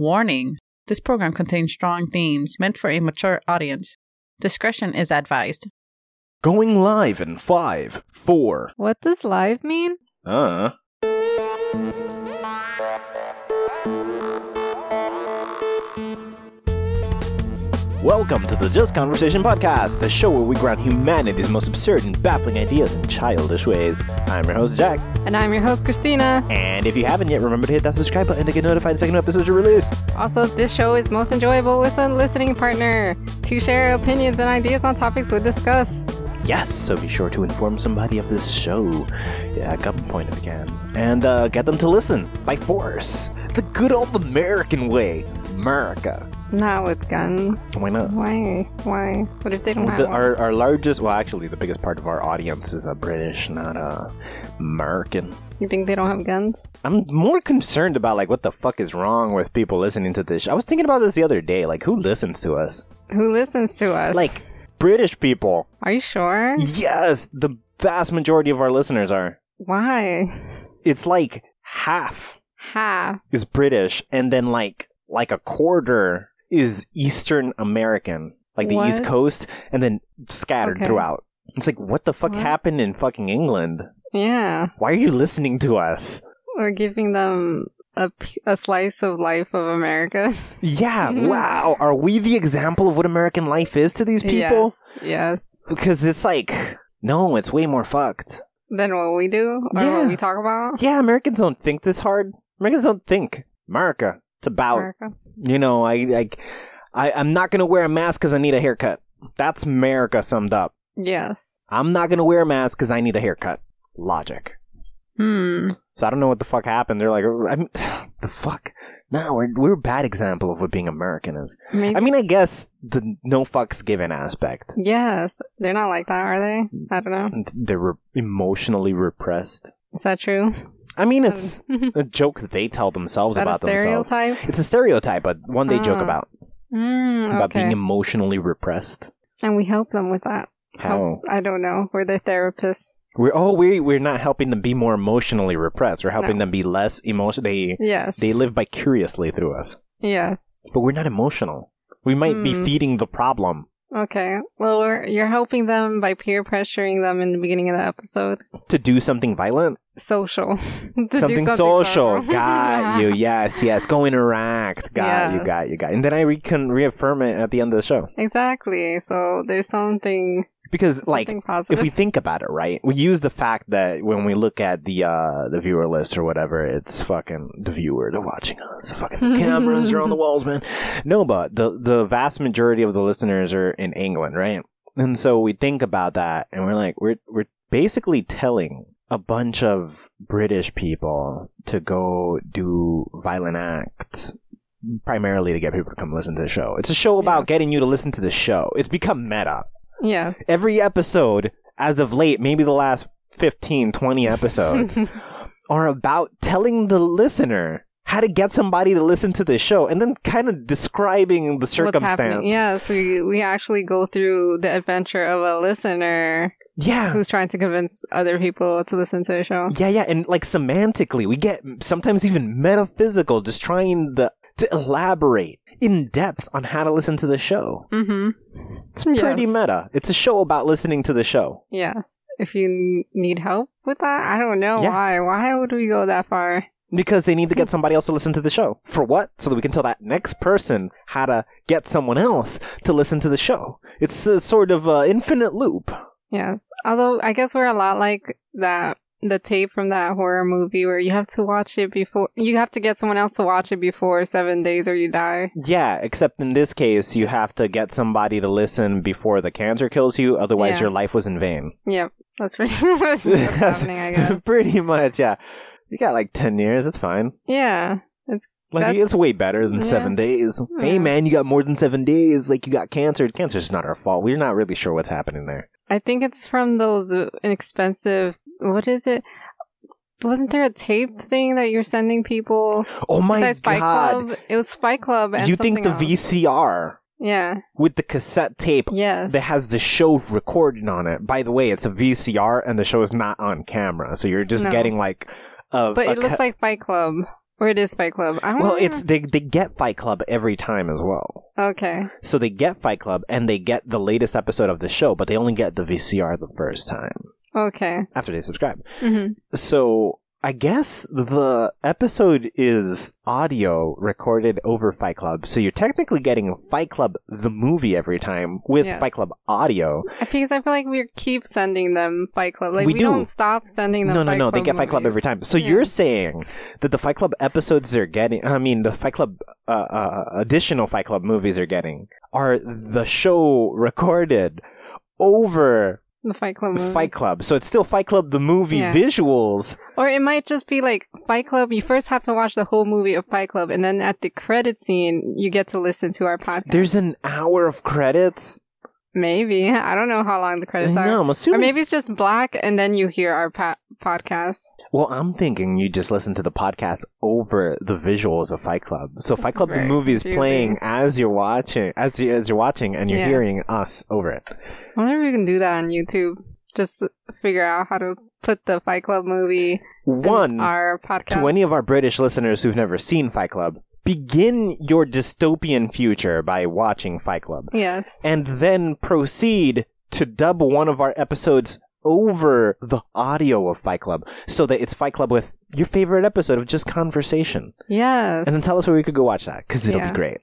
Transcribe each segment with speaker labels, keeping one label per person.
Speaker 1: Warning This program contains strong themes meant for a mature audience. Discretion is advised.
Speaker 2: Going live in five, four.
Speaker 3: What does live mean?
Speaker 2: Uh. Welcome to the Just Conversation podcast, the show where we ground humanity's most absurd and baffling ideas in childish ways. I'm your host Jack,
Speaker 3: And I'm your host, Christina.
Speaker 2: and if you haven't yet, remember to hit that subscribe button to get notified the second episodes are released.
Speaker 3: Also, this show is most enjoyable with a listening partner to share opinions and ideas on topics we discuss.
Speaker 2: Yes, so be sure to inform somebody of this show yeah, at gunpoint if you can, and uh, get them to listen by force, the good old American way, America.
Speaker 3: Not with gun.
Speaker 2: Why not?
Speaker 3: Why? Why? What if they don't
Speaker 2: Well,
Speaker 3: have
Speaker 2: the,
Speaker 3: one?
Speaker 2: our, our largest, well, actually, the biggest part of our audience is uh, British, not uh, American.
Speaker 3: You think they don't have guns?
Speaker 2: I'm more concerned about like what the fuck is wrong with people listening to this. sh- I was thinking about this the other day. Like, who listens to us?
Speaker 3: Who listens to us?
Speaker 2: Like British people.
Speaker 3: are you sure?
Speaker 2: Yes, the vast majority of our listeners are.
Speaker 3: Why?
Speaker 2: It's like half
Speaker 3: Half.
Speaker 2: is British, and then like like a quarter is Eastern American, like the East
Speaker 3: What?
Speaker 2: Coast, and then scattered
Speaker 3: Okay.
Speaker 2: throughout. It's like what the fuck
Speaker 3: What?
Speaker 2: happened in fucking England?
Speaker 3: Yeah.
Speaker 2: Why are you listening to us?
Speaker 3: We're giving them a, p- a slice of life of America.
Speaker 2: Yeah, wow. Are we the example of what American life is to these people?
Speaker 3: Yes. Yes.
Speaker 2: Because it's like, no, it's way more fucked.
Speaker 3: Then what we do or
Speaker 2: Yeah.
Speaker 3: what we talk about?
Speaker 2: Yeah, Americans don't think this hard. Americans don't think. America, it's about,
Speaker 3: America.
Speaker 2: you know, I, I, I I'm not going to wear a mask because I need a haircut. That's America summed up.
Speaker 3: Yes.
Speaker 2: I'm not going to wear a mask because I need a haircut. Logic.
Speaker 3: Hmm.
Speaker 2: So I don't know what the fuck happened. They're like, I'm, the fuck? No, we're, we're a bad example of what being American is.
Speaker 3: Maybe.
Speaker 2: I mean, I guess the no fucks given aspect.
Speaker 3: Yes, they're not like that, are they? I don't know.
Speaker 2: They're re- emotionally repressed.
Speaker 3: Is that true?
Speaker 2: I mean, it's
Speaker 3: Um,
Speaker 2: a joke that they tell themselves
Speaker 3: is that a
Speaker 2: about themselves.
Speaker 3: stereotype?
Speaker 2: It's a stereotype, but one they joke
Speaker 3: Ah,
Speaker 2: about
Speaker 3: Mm,
Speaker 2: about being
Speaker 3: okay.
Speaker 2: emotionally repressed.
Speaker 3: And we help them with that.
Speaker 2: How?
Speaker 3: Help- I don't know. We're their therapists.
Speaker 2: We're oh, we we're not helping them be more emotionally repressed. We're helping
Speaker 3: No.
Speaker 2: them be less emotional. They
Speaker 3: Yes.
Speaker 2: they live vicariously through us,
Speaker 3: yes.
Speaker 2: but we're not emotional. We might be
Speaker 3: Hmm.
Speaker 2: feeding the problem.
Speaker 3: Okay. Well, we're, you're helping them by peer pressuring them in the beginning of the episode.
Speaker 2: to do something violent,
Speaker 3: Social. To do
Speaker 2: something, social. got you. Yes, yes. Go interact. Got you.
Speaker 3: Yes.
Speaker 2: Got you. Got. You. And then I re- can reaffirm it at the end of the show
Speaker 3: Exactly. So there's something,
Speaker 2: because, like,
Speaker 3: something positive.
Speaker 2: if we think about it, right, we use the fact that when we look at the uh, the viewer list or whatever, it's fucking the viewer, they're watching us. Fucking cameras are on the walls, man. No, but the the vast majority of the listeners are in England, right? And so we think about that, and we're like, we're we're basically telling a bunch of British people to go do violent acts. Primarily to get people to come listen to the show. It's a show about
Speaker 3: Yes.
Speaker 2: getting you to listen to the show. It's become meta
Speaker 3: yes.
Speaker 2: every episode as of late maybe the last 15 20 episodes are about telling the listener how to get somebody to listen to the show and then kind of describing the
Speaker 3: What's
Speaker 2: circumstance
Speaker 3: happening? Yes, we we actually go through the adventure of a listener
Speaker 2: yeah
Speaker 3: who's trying to convince other people to listen to the show.
Speaker 2: yeah yeah and like semantically we get sometimes even metaphysical just trying the to elaborate in depth on how to listen to the show
Speaker 3: Mm-hmm.
Speaker 2: it's pretty
Speaker 3: Yes.
Speaker 2: meta it's a show about listening to the show
Speaker 3: Yes. If you n- need help with that, I don't know
Speaker 2: Yeah.
Speaker 3: why. Why would we go that far?
Speaker 2: Because they need to get
Speaker 3: Hmm.
Speaker 2: somebody else to listen to the show. For what? So that we can tell that next person how to get someone else to listen to the show. It's a sort of uh, infinite loop.
Speaker 3: Yes. Although I guess we're a lot like that. The tape from that horror movie where you have to watch it before you have to get someone else to watch it before seven days or you die.
Speaker 2: Yeah, except in this case, you have to get somebody to listen before the cancer kills you. Otherwise,
Speaker 3: Yeah.
Speaker 2: your life was in vain.
Speaker 3: Yep, that's pretty much what's happening. I guess.
Speaker 2: Pretty much, yeah. You got like 10 years. It's fine.
Speaker 3: Yeah.
Speaker 2: Like,
Speaker 3: That's-
Speaker 2: it's way better than
Speaker 3: Yeah. Hmm.
Speaker 2: seven days. Hey,
Speaker 3: Yeah.
Speaker 2: man, you got more than seven days. Like, you got cancer. Cancer's not our fault. We're not really sure what's happening there.
Speaker 3: I think it's from those uh, inexpensive. What is it? Wasn't there a tape thing that you're sending people?
Speaker 2: Oh my
Speaker 3: Besides Fight
Speaker 2: god.
Speaker 3: Club, it was Fight Club. And
Speaker 2: you think the
Speaker 3: something else.
Speaker 2: VCR
Speaker 3: Yeah.
Speaker 2: with the cassette tape
Speaker 3: Yes.
Speaker 2: that has the show recorded on it. By the way, it's a VCR and the show is not on camera, so you're just
Speaker 3: No.
Speaker 2: getting like a.
Speaker 3: but
Speaker 2: a
Speaker 3: it looks
Speaker 2: ca-
Speaker 3: like Fight Club Or it is Fight Club. I don't
Speaker 2: Well,
Speaker 3: know.
Speaker 2: it's they they get Fight Club every time as well.
Speaker 3: okay.
Speaker 2: So they get Fight Club and they get the latest episode of the show, but they only get the VCR the first time
Speaker 3: Okay.
Speaker 2: after they subscribe.
Speaker 3: hmm
Speaker 2: So I guess the episode is audio recorded over Fight Club. So you're technically getting Fight Club the movie every time with
Speaker 3: Yes.
Speaker 2: Fight Club audio.
Speaker 3: Because I feel like we keep sending them Fight Club. Like
Speaker 2: We
Speaker 3: we,
Speaker 2: do.
Speaker 3: do. not stop sending them.
Speaker 2: No, no,
Speaker 3: Fight
Speaker 2: no. They
Speaker 3: Club
Speaker 2: get Fight Club
Speaker 3: movies.
Speaker 2: every time. So
Speaker 3: Yeah.
Speaker 2: you're saying that the Fight Club episodes they're getting, I mean, the Fight Club uh, uh, additional Fight Club movies are getting are the show recorded over
Speaker 3: The Fight Club. Movie.
Speaker 2: Fight Club. So it's still Fight Club the movie
Speaker 3: Mm-hmm. Yeah.
Speaker 2: visuals.
Speaker 3: Or it might just be like Fight Club. You first have to watch the whole movie of Fight Club, and then at the credit scene, you get to listen to our podcast.
Speaker 2: There's an hour of credits.
Speaker 3: Maybe I don't know how long the credits are.
Speaker 2: No, I'm
Speaker 3: Or
Speaker 2: assuming.
Speaker 3: maybe it's just black, and then you hear our pa- podcast.
Speaker 2: well, I'm thinking you just listen to the podcast over the visuals of Fight Club. So Fight Club the
Speaker 3: very
Speaker 2: movie is
Speaker 3: confusing.
Speaker 2: playing as you're watching, as you as you're watching, and you're
Speaker 3: Yeah.
Speaker 2: hearing us over it.
Speaker 3: I wonder if we can do that on YouTube. Just figure out how to put the Fight Club movie and
Speaker 2: One.
Speaker 3: our podcast.
Speaker 2: to any of our British listeners who've never seen Fight Club, begin your dystopian future by watching Fight Club,
Speaker 3: Yes.
Speaker 2: and then proceed to dub one of our episodes over the audio of Fight Club, so that it's Fight Club with your favorite episode of just conversation,
Speaker 3: Yes.
Speaker 2: and then tell us where we could go watch that because it'll
Speaker 3: Yeah.
Speaker 2: be great.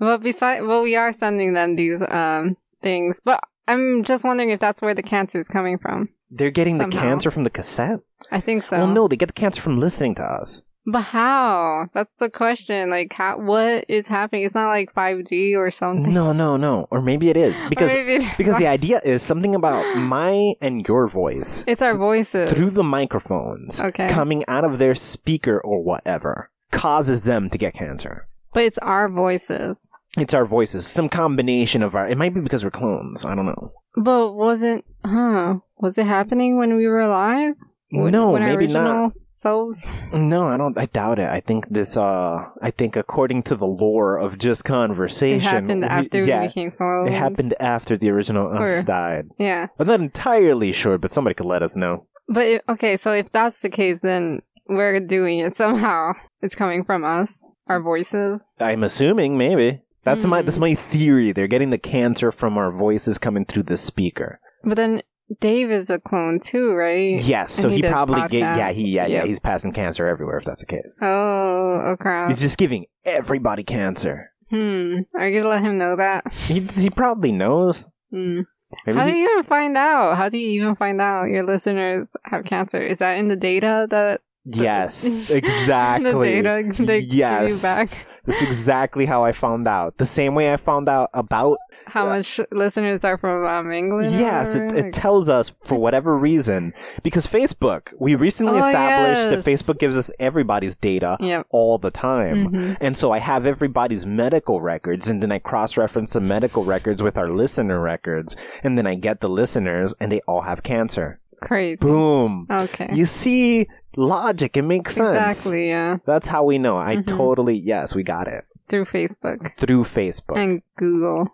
Speaker 3: Well, besides, well, we are sending them these um things, but I'm just wondering if that's where the cancer is coming from.
Speaker 2: They're getting the
Speaker 3: Somehow.
Speaker 2: cancer from the cassette.
Speaker 3: I think so.
Speaker 2: Well, no, they get the cancer from listening to us.
Speaker 3: But how? That's the question. Like, how? What is happening? It's not like 5G or something.
Speaker 2: No, no, no, or maybe it is
Speaker 3: Or
Speaker 2: because
Speaker 3: maybe it's,
Speaker 2: because the idea is something about my and your voice.
Speaker 3: it's our voices.
Speaker 2: through the microphones
Speaker 3: Okay.
Speaker 2: coming out of their speaker or whatever causes them to get cancer.
Speaker 3: but it's our voices.
Speaker 2: It's our voices, some combination of our. It might be because we're clones. I don't know.
Speaker 3: But wasn't? Huh? Was it happening when we were alive? When-
Speaker 2: no,
Speaker 3: when our
Speaker 2: maybe
Speaker 3: original Selves.
Speaker 2: not. No, I don't. I doubt it. I think this. Uh, I think according to the lore of just conversation,
Speaker 3: It happened
Speaker 2: we-
Speaker 3: after
Speaker 2: yeah,
Speaker 3: we became clones.
Speaker 2: it happened after the original us
Speaker 3: Or-
Speaker 2: died.
Speaker 3: Yeah.
Speaker 2: I'm not entirely sure, but somebody could let us know.
Speaker 3: But if, okay, so if that's the case, then we're doing it somehow. It's coming from us, our voices.
Speaker 2: I'm assuming maybe. That's my
Speaker 3: Hmm.
Speaker 2: that's my theory. They're getting the cancer from our voices coming through the speaker.
Speaker 3: But then Dave is a clone too, right?
Speaker 2: Yes, so
Speaker 3: And
Speaker 2: he,
Speaker 3: he does
Speaker 2: probably get yeah
Speaker 3: podcasts.
Speaker 2: he yeah yeah
Speaker 3: Yep.
Speaker 2: he's passing cancer everywhere if that's the case.
Speaker 3: Oh, oh crap.
Speaker 2: He's just giving everybody cancer.
Speaker 3: Hmm. Are you gonna let him know that?
Speaker 2: He he probably knows.
Speaker 3: Hmm.
Speaker 2: Maybe
Speaker 3: How do
Speaker 2: he-
Speaker 3: you even find out? How do you even find out your listeners have cancer? Is that in the data that
Speaker 2: yes, exactly.
Speaker 3: the data they give
Speaker 2: yes,
Speaker 3: you back?
Speaker 2: that's exactly how I found out. The same way I found out about
Speaker 3: How much listeners are from um, England? or
Speaker 2: yes, it,
Speaker 3: whatever?
Speaker 2: it tells us for whatever reason because Facebook. We recently
Speaker 3: Oh,
Speaker 2: established that
Speaker 3: yes. Mm.
Speaker 2: Facebook gives us everybody's data
Speaker 3: Like- yep.
Speaker 2: all the time.
Speaker 3: Mhm.
Speaker 2: And so I have everybody's medical records, and then I cross reference the medical records with our listener records, and then I get the listeners, and they all have cancer.
Speaker 3: Crazy.
Speaker 2: Boom.
Speaker 3: Okay.
Speaker 2: You see logic, it makes sense.
Speaker 3: Exactly, yeah.
Speaker 2: That's how we know. I
Speaker 3: Mhm.
Speaker 2: totally, yes, we got it
Speaker 3: Through Facebook
Speaker 2: through Facebook.
Speaker 3: and Google.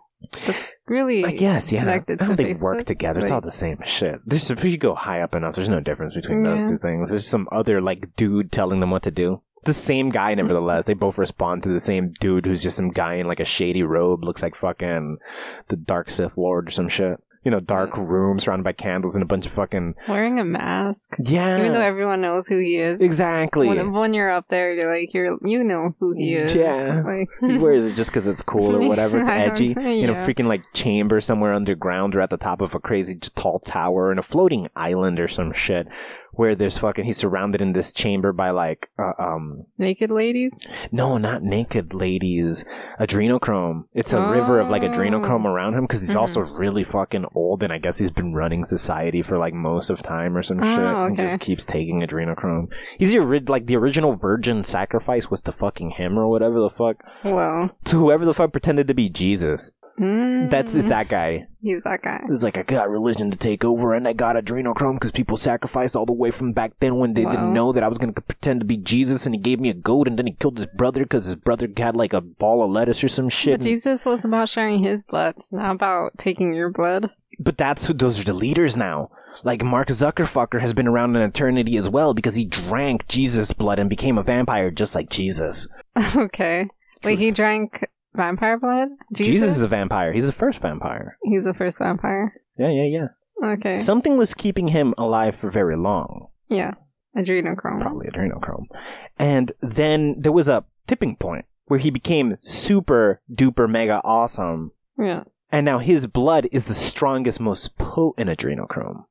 Speaker 3: That's really.
Speaker 2: I guess, yeah. I
Speaker 3: connected
Speaker 2: don't
Speaker 3: to
Speaker 2: they work
Speaker 3: Facebook?
Speaker 2: together. It's
Speaker 3: Like-
Speaker 2: all the same shit. There's, if you go high up enough, there's no difference between those
Speaker 3: Yeah.
Speaker 2: two things. There's some other, like, dude telling them what to do. The same guy,
Speaker 3: Mm-hmm.
Speaker 2: nevertheless. They both respond to the same dude who's just some guy in, like, a shady robe, looks like fucking the Dark Sith Lord or some shit. You know, dark room surrounded by candles and a bunch of fucking.
Speaker 3: Wearing a mask.
Speaker 2: Yeah.
Speaker 3: Even though everyone knows who he is.
Speaker 2: exactly.
Speaker 3: When, when you're up there, you're like, you're, you know who he is.
Speaker 2: Yeah.
Speaker 3: Like,
Speaker 2: He wears it just because it's cool or whatever. It's
Speaker 3: I don't
Speaker 2: edgy.
Speaker 3: know,
Speaker 2: You know,
Speaker 3: yeah.
Speaker 2: freaking like chamber somewhere underground or at the top of a crazy t- tall tower in a floating island or some shit where there's fucking, he's surrounded in this chamber by like, uh, um,
Speaker 3: naked ladies?
Speaker 2: no, not naked ladies, adrenochrome. It's a river of like
Speaker 3: Oh.
Speaker 2: adrenochrome around him because he's
Speaker 3: Mhm.
Speaker 2: also really fucking old and I guess he's been running society for like most of time or some
Speaker 3: Oh,
Speaker 2: shit. and
Speaker 3: okay.
Speaker 2: just keeps taking adrenochrome. He's the, ori- like the original virgin sacrifice was to fucking him or whatever the fuck
Speaker 3: Well.
Speaker 2: to whoever the fuck pretended to be Jesus.
Speaker 3: Mm,
Speaker 2: That's is that guy.
Speaker 3: He's that guy.
Speaker 2: It's like I got religion to take over, and I got adrenochrome because people sacrificed all the way from back then when they didn't
Speaker 3: Wow.
Speaker 2: know that I was gonna pretend to be Jesus, and he gave me a goat, and then he killed his brother because his brother had like a ball of lettuce or some shit.
Speaker 3: But Jesus was about sharing his blood, not about taking your blood.
Speaker 2: But that's who those are the leaders now. Like Mark Zuckerfucker has been around an eternity as well because he drank Jesus' blood and became a vampire just like Jesus.
Speaker 3: okay. Wait, he drank vampire blood?
Speaker 2: Jesus, is a vampire. He's the first vampire.
Speaker 3: He's the first vampire.
Speaker 2: Yeah, yeah, yeah.
Speaker 3: Okay.
Speaker 2: Something was keeping him alive for very long.
Speaker 3: yes. Adrenochrome.
Speaker 2: probably adrenochrome. And then there was a tipping point where he became super duper mega awesome.
Speaker 3: Yes.
Speaker 2: And now his blood is the strongest, most potent adrenochrome.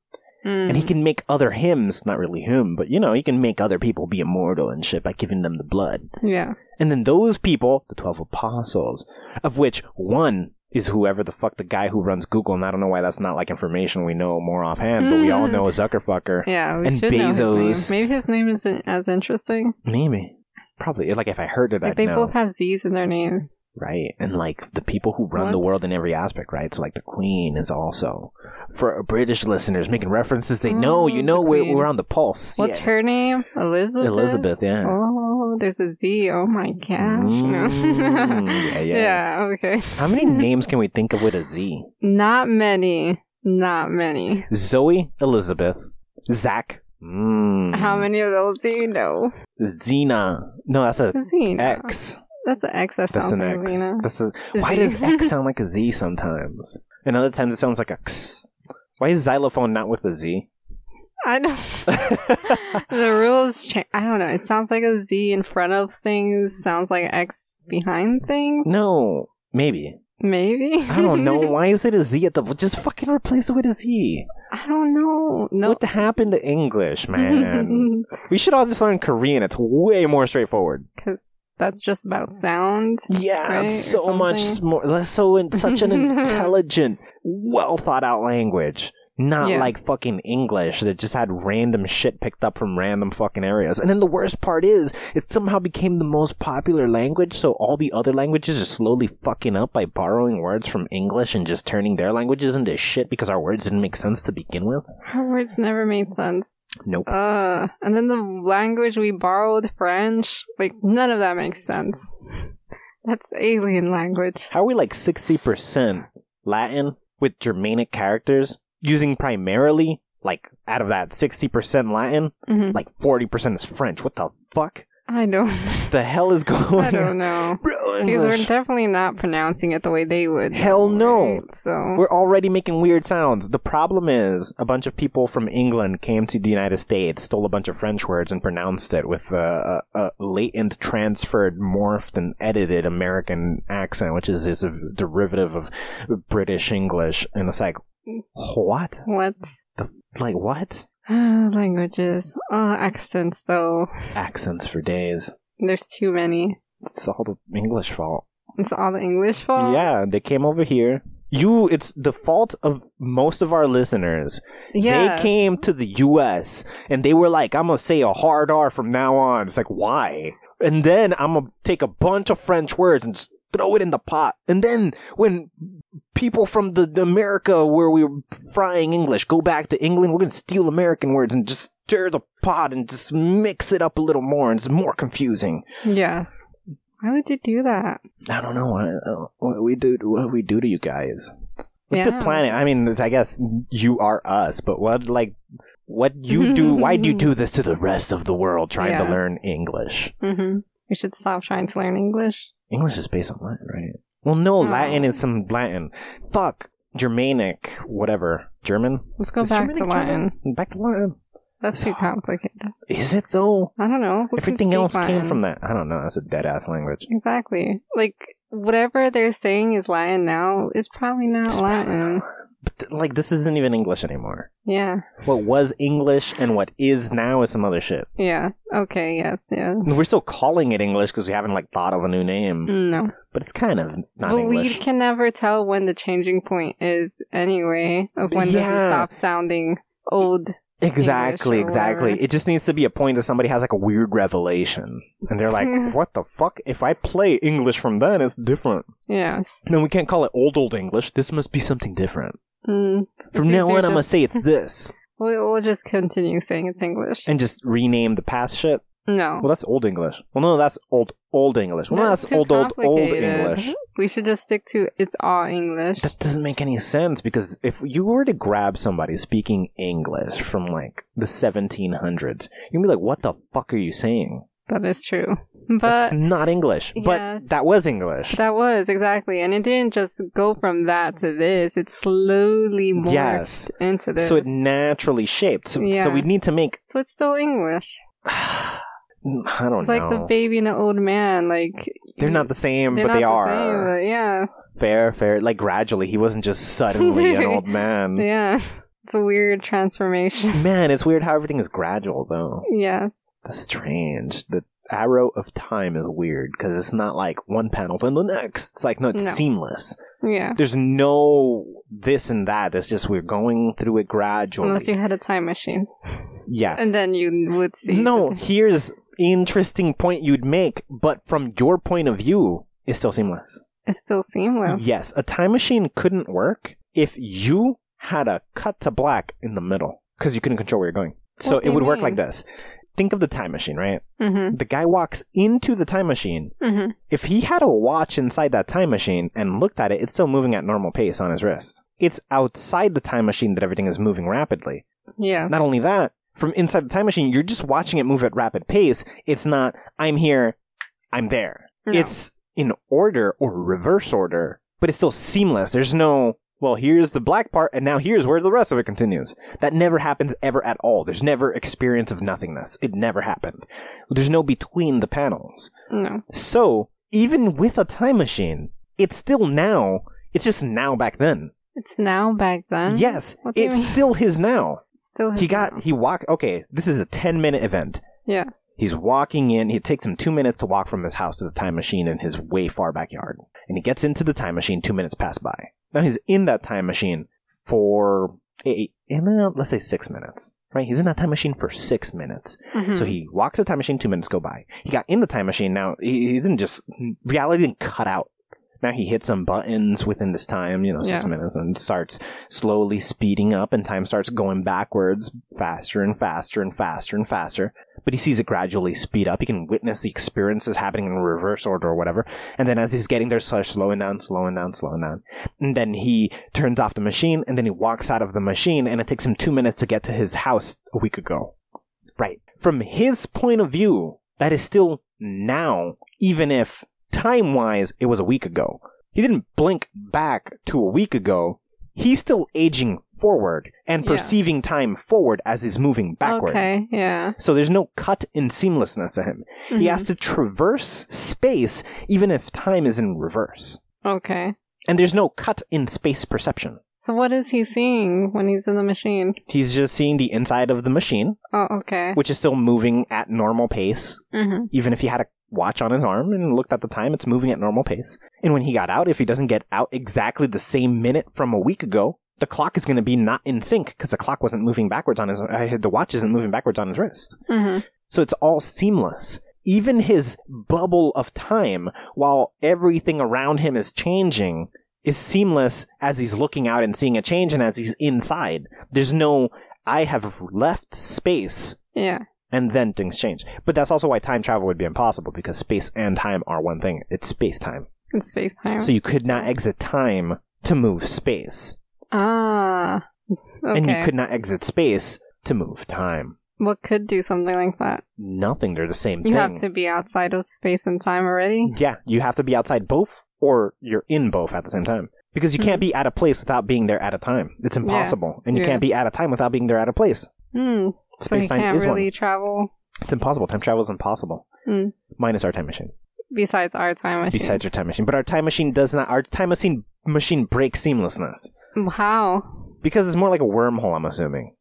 Speaker 3: Mm.
Speaker 2: And he can make other hymns, not really him, but you know, he can make other people be immortal and shit by giving them the blood.
Speaker 3: yeah.
Speaker 2: And then those people, the 12 apostles, of which one is whoever the fuck the guy who runs Google, and I don't know why that's not like information we know more offhand, but we all
Speaker 3: Mm.
Speaker 2: know Zuckerfucker.
Speaker 3: Yeah. We
Speaker 2: And
Speaker 3: should Know his
Speaker 2: Bezos.
Speaker 3: name. Maybe his name isn't as interesting.
Speaker 2: Maybe. Probably. Like if I heard it,
Speaker 3: Like
Speaker 2: I'd
Speaker 3: they
Speaker 2: know.
Speaker 3: both have Z's in their names.
Speaker 2: Right. And like the people who run the
Speaker 3: What?
Speaker 2: world in every aspect, right? So like the queen is also for British listeners making references they know,
Speaker 3: Oh,
Speaker 2: you know
Speaker 3: the
Speaker 2: we're,
Speaker 3: queen.
Speaker 2: we're on the pulse.
Speaker 3: What's
Speaker 2: Yeah.
Speaker 3: her name? Elizabeth.
Speaker 2: Elizabeth, yeah.
Speaker 3: Oh, there's a Z. Oh my gosh. No.
Speaker 2: Mm, yeah, yeah, yeah.
Speaker 3: Okay.
Speaker 2: How many names can we think of with a Z?
Speaker 3: Not many. Not many.
Speaker 2: Zoe, Elizabeth, Zach. Mm.
Speaker 3: How many of those do you know?
Speaker 2: Xena. No, that's a
Speaker 3: Xena.
Speaker 2: X.
Speaker 3: That's an X. That
Speaker 2: That's
Speaker 3: sounds
Speaker 2: an
Speaker 3: like
Speaker 2: X.
Speaker 3: Xena.
Speaker 2: That's a, why
Speaker 3: Z.
Speaker 2: does X sound like a Z sometimes? And other times it sounds like a X. Why is xylophone not with a Z?
Speaker 3: I don't. the rules change. I don't know. It sounds like a Z in front of things. Sounds like X behind things.
Speaker 2: No, maybe.
Speaker 3: Maybe.
Speaker 2: I don't know. Why is it a Z at the? Just fucking replace it with a Z.
Speaker 3: I don't know. No.
Speaker 2: What happened to English, man? we should all just learn Korean. It's way more straightforward.
Speaker 3: Because that's just about sound.
Speaker 2: Yeah,
Speaker 3: Right,
Speaker 2: it's
Speaker 3: or
Speaker 2: so much
Speaker 3: something.
Speaker 2: more. That's so in, such an intelligent, well thought out language. Not
Speaker 3: Yeah.
Speaker 2: like fucking English that just had random shit picked up from random fucking areas. And then the worst part is, it somehow became the most popular language, so all the other languages are slowly fucking up by borrowing words from English and just turning their languages into shit because our words didn't make sense to begin with.
Speaker 3: Our words never made sense.
Speaker 2: Nope.
Speaker 3: Uh, and then the language we borrowed, French, like none of that makes sense. That's alien language.
Speaker 2: How are we like 60% Latin with Germanic characters using primarily, like, out of that 60% Latin,
Speaker 3: hmm
Speaker 2: like 40% is French? What the fuck?
Speaker 3: I don't.
Speaker 2: The hell is
Speaker 3: I
Speaker 2: going
Speaker 3: don't
Speaker 2: on?
Speaker 3: know.
Speaker 2: Bro,
Speaker 3: Because we're
Speaker 2: English.
Speaker 3: definitely not pronouncing it the way they would.
Speaker 2: Hell no.
Speaker 3: Right? So
Speaker 2: We're already making weird sounds. The problem is, a bunch of people from England came to the United States, stole a bunch of French words, and pronounced it with a, a, a latent, transferred, morphed, and edited American accent, which is, is a derivative of British English. And it's like, what?
Speaker 3: what
Speaker 2: Like, what?
Speaker 3: languages? Oh, accents though.
Speaker 2: Accents for days.
Speaker 3: There's too many.
Speaker 2: It's all the English fault.
Speaker 3: It's all the English fault.
Speaker 2: Yeah, they came over here. You, it's the fault of most of our listeners.
Speaker 3: Yeah.
Speaker 2: They came to the U.S. and they were like, I'm going to say a hard R from now on. It's like, why? And then I'm going to take a bunch of French words and just throw it in the pot. And then when people from the, the America where we were frying English go back to England, we're going to steal American words and just stir the pot and just mix it up a little more. And it's more confusing.
Speaker 3: Yes. Why would you do that?
Speaker 2: I don't know I- I don't- what we do. What we do to you guys? Like
Speaker 3: Yeah.
Speaker 2: the planet. I mean, it's- I guess you are us, but what like what you do? why do you do this to the rest of the world trying to
Speaker 3: Yes.
Speaker 2: learn English?
Speaker 3: hmm We should stop trying to learn English.
Speaker 2: English is based on Latin, right? Well, no,
Speaker 3: No.
Speaker 2: Latin is some Latin. Fuck Germanic, whatever. German.
Speaker 3: Let's go
Speaker 2: Is
Speaker 3: back
Speaker 2: Germanic
Speaker 3: to Latin.
Speaker 2: German? Back to Latin.
Speaker 3: That's too complicated.
Speaker 2: Is it though?
Speaker 3: I don't know. Who can
Speaker 2: Everything
Speaker 3: speak
Speaker 2: else came
Speaker 3: Latin?
Speaker 2: from that. I don't know. That's a dead ass language.
Speaker 3: Exactly. Like whatever they're saying is Latin now is probably not
Speaker 2: It's probably
Speaker 3: Latin.
Speaker 2: But th- like, this isn't even English anymore.
Speaker 3: Yeah.
Speaker 2: What was English and what is now is some other shit.
Speaker 3: Yeah. Okay. Yes. Yeah.
Speaker 2: We're still calling it English because we haven't like thought of a new name,
Speaker 3: No.
Speaker 2: but it's kind of not
Speaker 3: but Mm. we
Speaker 2: English.
Speaker 3: can never tell when the changing point is anyway of when does it
Speaker 2: Yeah.
Speaker 3: stop sounding old
Speaker 2: exactly,
Speaker 3: English or
Speaker 2: exactly.
Speaker 3: whatever.
Speaker 2: It just needs to be a point that somebody has like a weird revelation, and they're like, "What the fuck? If I play English from then, it's different.
Speaker 3: yes
Speaker 2: Then we can't call it old old English. This must be something different.
Speaker 3: mm.
Speaker 2: From
Speaker 3: It's
Speaker 2: now
Speaker 3: easier
Speaker 2: on, I'm gonna
Speaker 3: just-
Speaker 2: say it's this,
Speaker 3: we, we'll just continue saying it's english
Speaker 2: and just rename the past shit."
Speaker 3: No.
Speaker 2: Well, that's Old English. Well, no, that's Old Old English. Well, no,
Speaker 3: That's
Speaker 2: that's
Speaker 3: too
Speaker 2: Old Old Old
Speaker 3: complicated.
Speaker 2: English.
Speaker 3: We should just stick to it's all English.
Speaker 2: That doesn't make any sense because if you were to grab somebody speaking English from like the 1700s, you'd be like, "What the fuck are you saying?
Speaker 3: That is true.
Speaker 2: That's
Speaker 3: But
Speaker 2: not English."
Speaker 3: Yes.
Speaker 2: But that was English.
Speaker 3: that was exactly. And it didn't just go from that to this. It slowly morphed
Speaker 2: Yes.
Speaker 3: into this.
Speaker 2: So it naturally shaped. So,
Speaker 3: Yeah.
Speaker 2: so we need to make.
Speaker 3: So it's still English.
Speaker 2: I don't
Speaker 3: It's
Speaker 2: know.
Speaker 3: like the baby and the old man. Like
Speaker 2: Oh, They're not the same,
Speaker 3: they're
Speaker 2: but they
Speaker 3: not
Speaker 2: are.
Speaker 3: the same,
Speaker 2: Fair, fair. Like gradually, he wasn't just suddenly an old
Speaker 3: but
Speaker 2: man.
Speaker 3: yeah, yeah. It's a weird transformation.
Speaker 2: Man, it's weird how everything is gradual, though.
Speaker 3: yes.
Speaker 2: That's strange. The arrow of time is weird because it's not like one panel then the next. It's like no, it's
Speaker 3: No.
Speaker 2: seamless.
Speaker 3: Yeah.
Speaker 2: There's no this and that. It's just we're going through it gradually.
Speaker 3: Unless you had a time machine,
Speaker 2: yeah.
Speaker 3: and then you would see.
Speaker 2: No, here's interesting point you'd make, but from your point of view, it's still seamless.
Speaker 3: It's still seamless.
Speaker 2: Yes, a time machine couldn't work if you had a cut to black in the middle because you couldn't control where you're going. So
Speaker 3: What do
Speaker 2: it
Speaker 3: you
Speaker 2: would work like
Speaker 3: mean?
Speaker 2: this. Think of the time machine, right?
Speaker 3: Mm-hmm.
Speaker 2: The guy walks into the time machine.
Speaker 3: Mm-hmm.
Speaker 2: If he had a watch inside that time machine and looked at it, it's still moving at normal pace on his wrist. It's outside the time machine that everything is moving rapidly.
Speaker 3: Yeah.
Speaker 2: Not only that, from inside the time machine, you're just watching it move at rapid pace. It's not, I'm here, I'm there.
Speaker 3: No.
Speaker 2: It's in order or reverse order, but it's still seamless. There's no, well, here's the black part, and now here's where the rest of it continues. That never happens ever at all. There's never experience of nothingness. It never happened. There's no between the panels.
Speaker 3: No.
Speaker 2: So, even with a time machine, it's still now. It's just now back then.
Speaker 3: It's now back then.
Speaker 2: yes,
Speaker 3: What do you
Speaker 2: it's
Speaker 3: mean?
Speaker 2: still his now
Speaker 3: Still
Speaker 2: he
Speaker 3: his
Speaker 2: got
Speaker 3: now.
Speaker 2: he walked okay this is a 10 minute event
Speaker 3: Yes.
Speaker 2: he's walking in it takes him two minutes to walk from his house to the time machine in his way far backyard and he gets into the time machine two minutes pass by now he's in that time machine for eight, eh, let's say six minutes right he's in that time machine for six minutes
Speaker 3: Mhm.
Speaker 2: so he walks the time machine two minutes go by he got in the time machine now he, he didn't just reality didn't cut out now he hits some buttons within this time, you know, six
Speaker 3: Yeah.
Speaker 2: minutes, and starts slowly speeding up, and time starts going backwards faster and faster and faster and faster. But he sees it gradually speed up. He can witness the experiences happening in reverse order or whatever. And then as he's getting there, starts slowing down, slowing down, slowing down. And then he turns off the machine, and then he walks out of the machine, and it takes him two minutes to get to his house a week ago. Right. From his point of view, that is still now, even if time wise it was a week ago. He didn't blink back to a week ago. He's still aging forward and
Speaker 3: Yeah.
Speaker 2: perceiving time forward as he's moving backward.
Speaker 3: Okay. Yeah.
Speaker 2: So there's no cut in seamlessness to him. He
Speaker 3: Mhm.
Speaker 2: has to traverse space even if time is in reverse.
Speaker 3: Okay.
Speaker 2: And there's no cut in space perception.
Speaker 3: So what is he seeing when he's in the machine?
Speaker 2: He's just seeing the inside of the machine,
Speaker 3: Oh, okay.
Speaker 2: which is still moving at normal pace,
Speaker 3: Mm-hmm.
Speaker 2: even if he had a watch on his arm and looked at the time, it's moving at normal pace. And when he got out, if he doesn't get out exactly the same minute from a week ago, the clock is going to be not in sync because the clock wasn't moving backwards on his. Uh, the watch isn't moving backwards on his wrist.
Speaker 3: Mm-hmm.
Speaker 2: So it's all seamless. Even his bubble of time, while everything around him is changing, is seamless as he's looking out and seeing a change, and as he's inside. There's no. I have left space
Speaker 3: Yeah.
Speaker 2: and then things change. But that's also why time travel would be impossible because space and time are one thing. It's space time.
Speaker 3: It's space time.
Speaker 2: So you could not exit time to move space,
Speaker 3: ah. Okay.
Speaker 2: and you could not exit space to move time.
Speaker 3: What could do something like that?
Speaker 2: Nothing. They're the same
Speaker 3: You
Speaker 2: thing.
Speaker 3: have to be outside of space and time already.
Speaker 2: Yeah, you have to be outside both, or you're in both at the same time. Because you can't be at a place without being there at a time. It's impossible. And you
Speaker 3: Hmm. Yeah.
Speaker 2: can't be at a time without being there at a place.
Speaker 3: Hmm. So you
Speaker 2: Space time
Speaker 3: can't
Speaker 2: is one.
Speaker 3: really travel
Speaker 2: It's impossible. Time travel is impossible.
Speaker 3: Mm.
Speaker 2: Minus our time machine.
Speaker 3: besides our time machine.
Speaker 2: besides our time machine. But our time machine does not. Our time machine machine breaks seamlessness
Speaker 3: Mm, how?
Speaker 2: because it's more like a wormhole. I'm assuming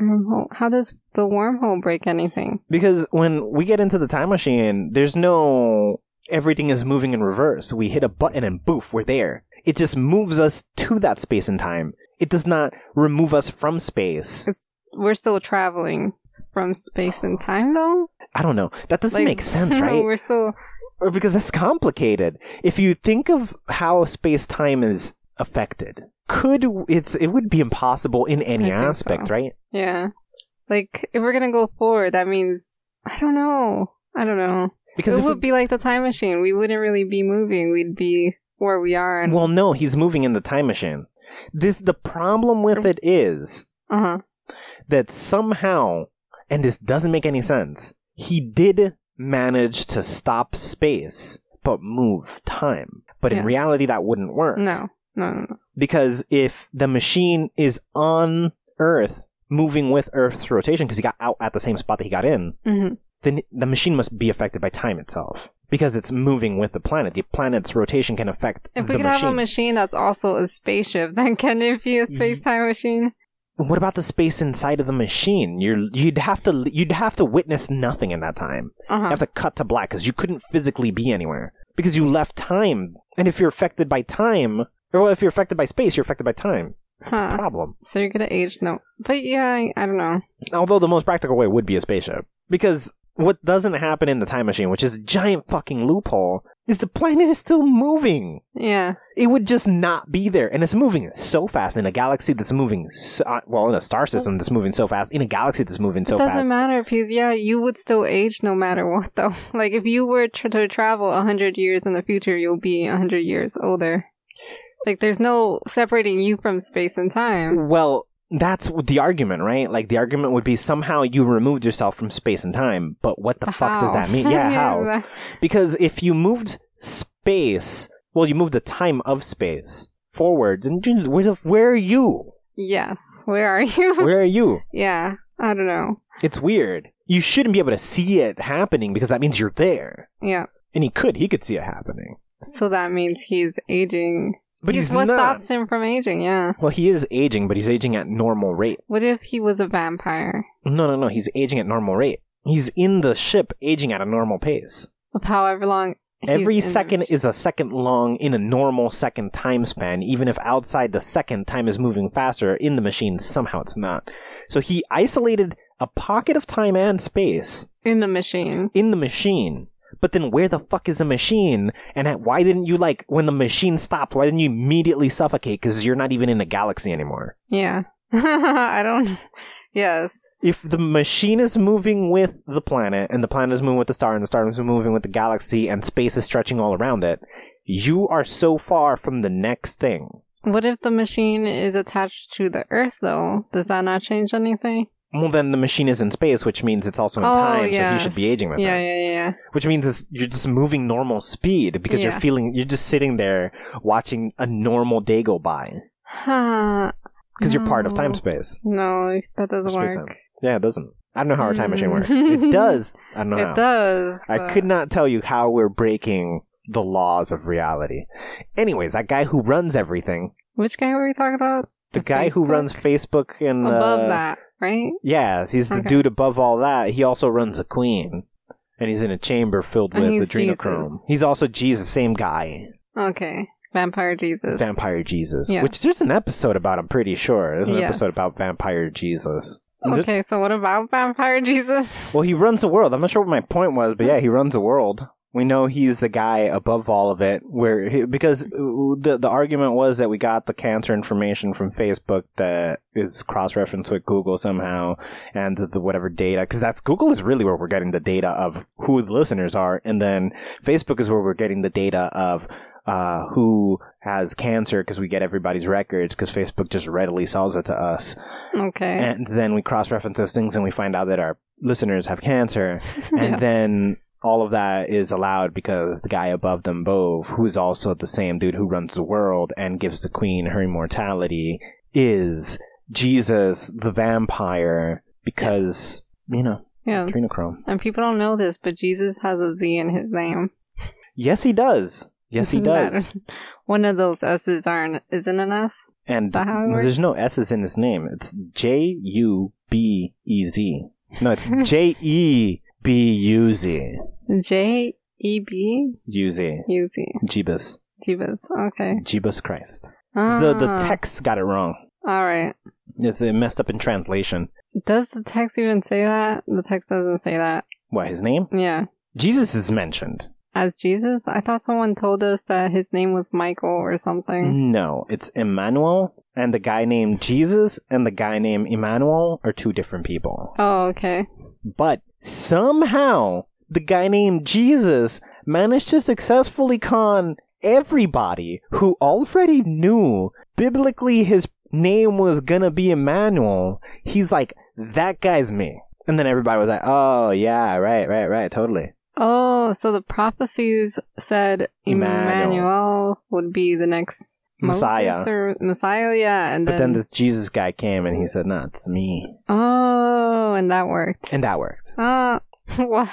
Speaker 3: Wormhole. How does the wormhole break anything?
Speaker 2: because when we get into the time machine, there's no everything is moving in reverse. We hit a button and boof, we're there. It just moves us to that space and time. It does not remove us from space.
Speaker 3: It's, we're still traveling from space and time, though.
Speaker 2: I don't know. That doesn't make sense, right?
Speaker 3: we're still
Speaker 2: Or because that's complicated. If you think of how space time is affected, could it's it would be impossible in any
Speaker 3: I think
Speaker 2: aspect,
Speaker 3: so.
Speaker 2: right?
Speaker 3: Yeah. Like, if we're gonna go forward, that means I don't know. I don't know.
Speaker 2: Because
Speaker 3: it
Speaker 2: if
Speaker 3: would
Speaker 2: we-
Speaker 3: be like the time machine. We wouldn't really be moving. We'd be where we are. And,
Speaker 2: well, no, he's moving in the time machine. This the problem with it is
Speaker 3: uh-huh.
Speaker 2: that somehow, and this doesn't make any sense. He did manage to stop space, but move time. But in
Speaker 3: Yes.
Speaker 2: reality, that wouldn't work.
Speaker 3: No. No, no, no.
Speaker 2: because if the machine is on Earth, moving with Earth's rotation, because he got out at the same spot that he got in,
Speaker 3: hmm
Speaker 2: then the machine must be affected by time itself because it's moving with the planet. The planet's rotation can affect
Speaker 3: If
Speaker 2: the
Speaker 3: we could
Speaker 2: machine.
Speaker 3: have a machine that's also a spaceship, then can it be a
Speaker 2: Ye-
Speaker 3: space time machine?
Speaker 2: what about the space inside of the machine? You're, you'd have to you'd have to witness nothing in that time. You
Speaker 3: Uh-huh.
Speaker 2: have to cut to black because you couldn't physically be anywhere because you left time. And if you're affected by time, or well, if you're affected by space, you're affected by time. That's
Speaker 3: Huh.
Speaker 2: the problem.
Speaker 3: So you're gonna age? No. But yeah, I, I don't know.
Speaker 2: Although the most practical way would be a spaceship. Because what doesn't happen in the time machine, which is a giant fucking loophole, is the planet is still moving.
Speaker 3: Yeah.
Speaker 2: It would just not be there. And it's moving so fast in a galaxy that's moving, so, uh, well, in a star system that's moving so fast, in a galaxy that's moving so
Speaker 3: it doesn't
Speaker 2: fast.
Speaker 3: matter because yeah, you would still age no matter what though. Like if you were tr- to travel hundred years in the future, you'll be hundred years older. Like there's no separating you from space and time.
Speaker 2: Well, that's what the argument, right? Like, the argument would be somehow you removed yourself from space and time, but what the fuck does
Speaker 3: How?
Speaker 2: that mean? Yeah, how?
Speaker 3: that-
Speaker 2: Because if you moved space, well, you moved the time of space forward, then you- where, the, where are you?
Speaker 3: Yes. Where are you?
Speaker 2: Where are you?
Speaker 3: yeah. I don't know.
Speaker 2: It's weird. You shouldn't be able to see it happening because that means you're there.
Speaker 3: Yeah.
Speaker 2: And he could. He could see it happening.
Speaker 3: So that means he's aging.
Speaker 2: But he's,
Speaker 3: what
Speaker 2: not.
Speaker 3: stops him from aging. Yeah.
Speaker 2: Well, he is aging, but he's aging at normal rate.
Speaker 3: What if he was a vampire?
Speaker 2: No, no, no. He's aging at normal rate. He's in the ship aging at a normal pace.
Speaker 3: Of however long. he's
Speaker 2: Every
Speaker 3: in-
Speaker 2: second is a second long in a normal second time span, even if outside the second time is moving faster, in the machine somehow it's not. So he isolated a pocket of time and space
Speaker 3: in the machine.
Speaker 2: in the machine. But then where the fuck is the machine? And at, why didn't you like when the machine stopped? Why didn't you immediately suffocate? Because you're not even in a galaxy anymore.
Speaker 3: Yeah. I don't. Yes.
Speaker 2: If the machine is moving with the planet, and the planet is moving with the star, and the star is moving with the galaxy, and space is stretching all around it, you are so far from the next thing.
Speaker 3: What if the machine is attached to the Earth, though? Does that not change anything?
Speaker 2: Well, then the machine is in space, which means it's also in
Speaker 3: Oh,
Speaker 2: time, so you
Speaker 3: yes.
Speaker 2: should be aging with
Speaker 3: Yeah,
Speaker 2: it.
Speaker 3: yeah, yeah, yeah.
Speaker 2: Which means it's, you're just moving normal speed because
Speaker 3: Yeah.
Speaker 2: you're feeling, you're just sitting there watching a normal day go by.
Speaker 3: Huh.
Speaker 2: because you're part of
Speaker 3: No.
Speaker 2: time space.
Speaker 3: No, that doesn't
Speaker 2: Space
Speaker 3: Oh. work.
Speaker 2: time. Yeah, it doesn't. I don't know how our time machine
Speaker 3: Hmm.
Speaker 2: works. It does. I don't know. how.
Speaker 3: It does.
Speaker 2: I
Speaker 3: but-
Speaker 2: could not tell you how we're breaking the laws of reality. Anyways, that guy who runs everything,
Speaker 3: Which guy were we talking about?
Speaker 2: the
Speaker 3: The
Speaker 2: guy who
Speaker 3: Facebook?
Speaker 2: runs Facebook and uh,
Speaker 3: Above that, right?
Speaker 2: yeah, he's the
Speaker 3: Okay.
Speaker 2: dude above all that. He also runs the Queen, and he's in a chamber filled
Speaker 3: And
Speaker 2: with
Speaker 3: he's
Speaker 2: adrenochrome.
Speaker 3: Jesus.
Speaker 2: He's also Jesus, same guy,
Speaker 3: Okay. Vampire Jesus.
Speaker 2: Vampire Jesus.
Speaker 3: Yeah.
Speaker 2: Which there's an episode about. I'm pretty sure there's an
Speaker 3: Yes.
Speaker 2: episode about Vampire Jesus.
Speaker 3: okay, so what about Vampire Jesus?
Speaker 2: Well, he runs the world. I'm not sure what my point was, but yeah, he runs the world. We know he's the guy above all of it. Where he, because uh, the the argument was that we got the cancer information from Facebook that is cross referenced with Google somehow, and the, the whatever data because that's Google is really where we're getting the data of who the listeners are, and then Facebook is where we're getting the data of. Uh, who has cancer because we get everybody's records because Facebook just readily sells it to us
Speaker 3: Okay.
Speaker 2: and then we cross reference those things and we find out that our listeners have cancer and
Speaker 3: Yeah.
Speaker 2: then all of that is allowed because the guy above them both who's also the same dude who runs the world and gives the queen her immortality is jesus the vampire because you know
Speaker 3: yeah.
Speaker 2: adrenochrome
Speaker 3: And people don't know this, but Jesus has a Z in his name.
Speaker 2: yes he does yes he does
Speaker 3: That- One of those S's aren't isn't an S.
Speaker 2: and
Speaker 3: that how it works?
Speaker 2: there's no s's in his name it's j-u-b-e-z E no it's E j-e-b-u-z
Speaker 3: J E B
Speaker 2: u-z
Speaker 3: U Z.
Speaker 2: Jeebus.
Speaker 3: Jeebus. Okay.
Speaker 2: Jeebus Christ.
Speaker 3: Ah,
Speaker 2: The, the text got it wrong.
Speaker 3: All right.
Speaker 2: It's, it messed up in translation.
Speaker 3: Does the text even say that? The text doesn't say that.
Speaker 2: What, his name?
Speaker 3: Yeah.
Speaker 2: Jesus is mentioned.
Speaker 3: As Jesus, I thought someone told us that his name was Michael or something.
Speaker 2: No, it's Emmanuel, and the guy named Jesus and the guy named Emmanuel are two different people.
Speaker 3: Oh, okay.
Speaker 2: But somehow the guy named Jesus managed to successfully con everybody who already knew biblically his name was gonna be Emmanuel. He's like, that guy's me. And then everybody was like, oh, yeah, right, right, right, totally.
Speaker 3: Oh, so the prophecies said
Speaker 2: Emmanuel.
Speaker 3: Emmanuel, would be the next Moses
Speaker 2: Messiah.
Speaker 3: or Messiah, yeah, and
Speaker 2: But
Speaker 3: then,
Speaker 2: then this Jesus guy came and he said, no, it's me.
Speaker 3: oh, and that worked.
Speaker 2: And that worked.
Speaker 3: Oh, what?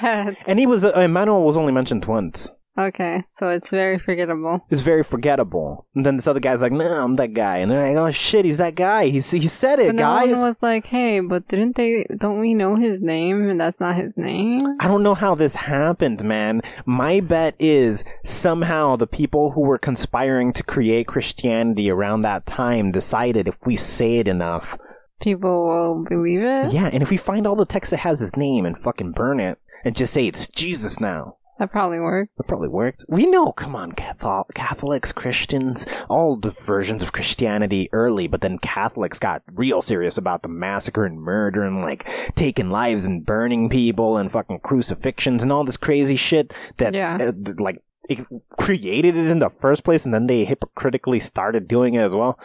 Speaker 2: And he was, uh, Emmanuel was only mentioned once.
Speaker 3: Okay, so it's very forgettable.
Speaker 2: It's very forgettable. And then this other guy's like, no, I'm that guy. And they're like, oh shit, he's that guy. He, s- he said it,
Speaker 3: But no
Speaker 2: guys.
Speaker 3: one was like, "Hey, but didn't they? Don't we know his name? And that's not his name."
Speaker 2: I don't know how this happened, man. My bet is somehow the people who were conspiring to create Christianity around that time decided if we say it enough.
Speaker 3: People will believe it.
Speaker 2: Yeah, and if we find all the text that has his name and fucking burn it and just say it's Jesus now.
Speaker 3: That probably worked.
Speaker 2: That probably worked. We know, come on, Cathol- Catholics, Christians, all the versions of Christianity early, but then Catholics got real serious about the massacre and murder and like taking lives and burning people and fucking crucifixions and all this crazy shit that
Speaker 3: Yeah.
Speaker 2: uh, d- like it created it in the first place and then they hypocritically started doing it as well.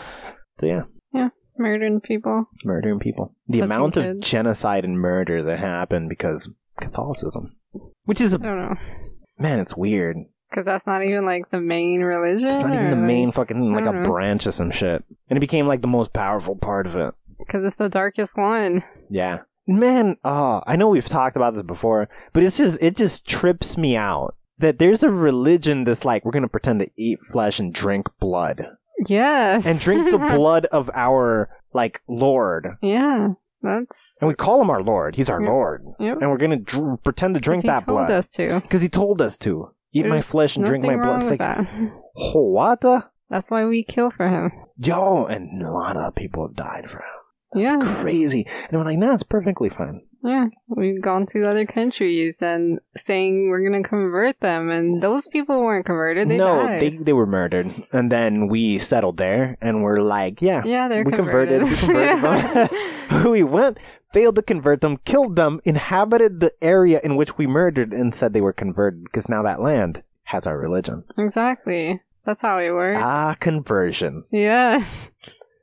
Speaker 2: So yeah,
Speaker 3: Murdering people.
Speaker 2: murdering people. The
Speaker 3: Fucking
Speaker 2: amount of
Speaker 3: kids.
Speaker 2: genocide and murder that happened because Catholicism, which is
Speaker 3: I
Speaker 2: a,
Speaker 3: don't know,
Speaker 2: man, it's weird.
Speaker 3: because that's not even like the main religion.
Speaker 2: It's not even the main fucking like
Speaker 3: I
Speaker 2: a
Speaker 3: don't know.
Speaker 2: branch of some shit, and it became like the most powerful part of it.
Speaker 3: Because it's the darkest one.
Speaker 2: Yeah, man. Oh, I know we've talked about this before, but it's just it just trips me out that there's a religion that's like we're gonna pretend to eat flesh and drink blood
Speaker 3: Yes.
Speaker 2: and drink the blood of our like Lord,
Speaker 3: yeah, that's
Speaker 2: and we call him our Lord. He's our
Speaker 3: Yeah.
Speaker 2: Lord,
Speaker 3: yep.
Speaker 2: and we're gonna dr- pretend to drink
Speaker 3: he
Speaker 2: that
Speaker 3: told
Speaker 2: blood
Speaker 3: us to.
Speaker 2: because he told us to eat my
Speaker 3: There's
Speaker 2: flesh and drink my
Speaker 3: Nothing wrong
Speaker 2: blood. It's
Speaker 3: with
Speaker 2: like
Speaker 3: that.
Speaker 2: "Oh, what? the-
Speaker 3: That's why we kill for him.
Speaker 2: Yo, and a lot of people have died for him.
Speaker 3: yeah,
Speaker 2: crazy. And we're like, nah, it's perfectly fine.
Speaker 3: yeah. We've gone to other countries and saying we're gonna convert them, and those people weren't converted. They
Speaker 2: no,
Speaker 3: died.
Speaker 2: they they were murdered, and then we settled there, and we're like, yeah,
Speaker 3: yeah, they're
Speaker 2: we
Speaker 3: converted.
Speaker 2: converted, we converted them. we went, failed to convert them, killed them, inhabited the area in which we murdered, and said they were converted because now that land has our religion.
Speaker 3: exactly. That's how it works.
Speaker 2: Ah, conversion.
Speaker 3: yeah,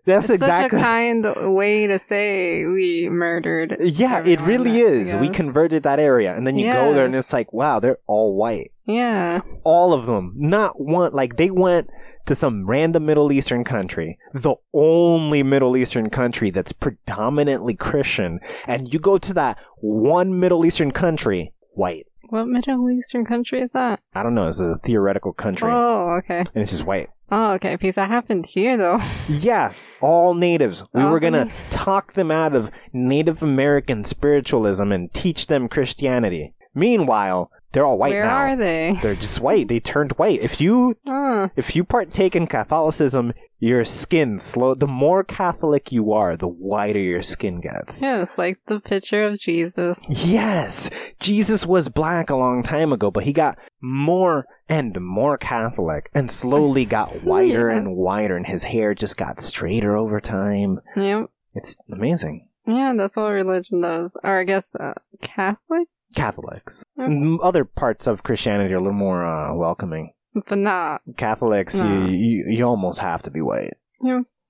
Speaker 2: That's
Speaker 3: it's
Speaker 2: exactly.
Speaker 3: such a kind way to say we murdered.
Speaker 2: yeah, it
Speaker 3: everyone,
Speaker 2: really
Speaker 3: I
Speaker 2: is. We
Speaker 3: guess.
Speaker 2: converted that area, and then you go there, and
Speaker 3: Yes.
Speaker 2: it's like, wow, they're all white.
Speaker 3: Yeah,
Speaker 2: all of them not one like they went to some random middle eastern country the only middle eastern country that's predominantly christian and you go to that one middle eastern country white
Speaker 3: what Middle Eastern country is that?
Speaker 2: i don't know it's a theoretical country
Speaker 3: Oh, okay.
Speaker 2: and it's just white
Speaker 3: Oh, okay. Because that happened here, though.
Speaker 2: yeah all natives we
Speaker 3: All
Speaker 2: were gonna
Speaker 3: natives.
Speaker 2: talk them out of native american spiritualism and teach them christianity meanwhile they're all white
Speaker 3: Where
Speaker 2: now
Speaker 3: are they?
Speaker 2: they're just white they turned white if you
Speaker 3: Oh,
Speaker 2: if you partake in Catholicism, your skin slow. The more Catholic you are, the whiter your skin gets.
Speaker 3: yeah, it's like the picture of Jesus.
Speaker 2: Yes, Jesus was black a long time ago, but he got more and more Catholic, and slowly got whiter
Speaker 3: Yes.
Speaker 2: and whiter, and his hair just got straighter over time.
Speaker 3: Yep.
Speaker 2: It's amazing.
Speaker 3: Yeah, that's what religion does. Or I guess uh, Catholic?
Speaker 2: Catholics.
Speaker 3: Okay.
Speaker 2: M- Other parts of Christianity are a little more uh, welcoming.
Speaker 3: But nah,
Speaker 2: Catholics, you,
Speaker 3: Mm.
Speaker 2: you you almost have to be white.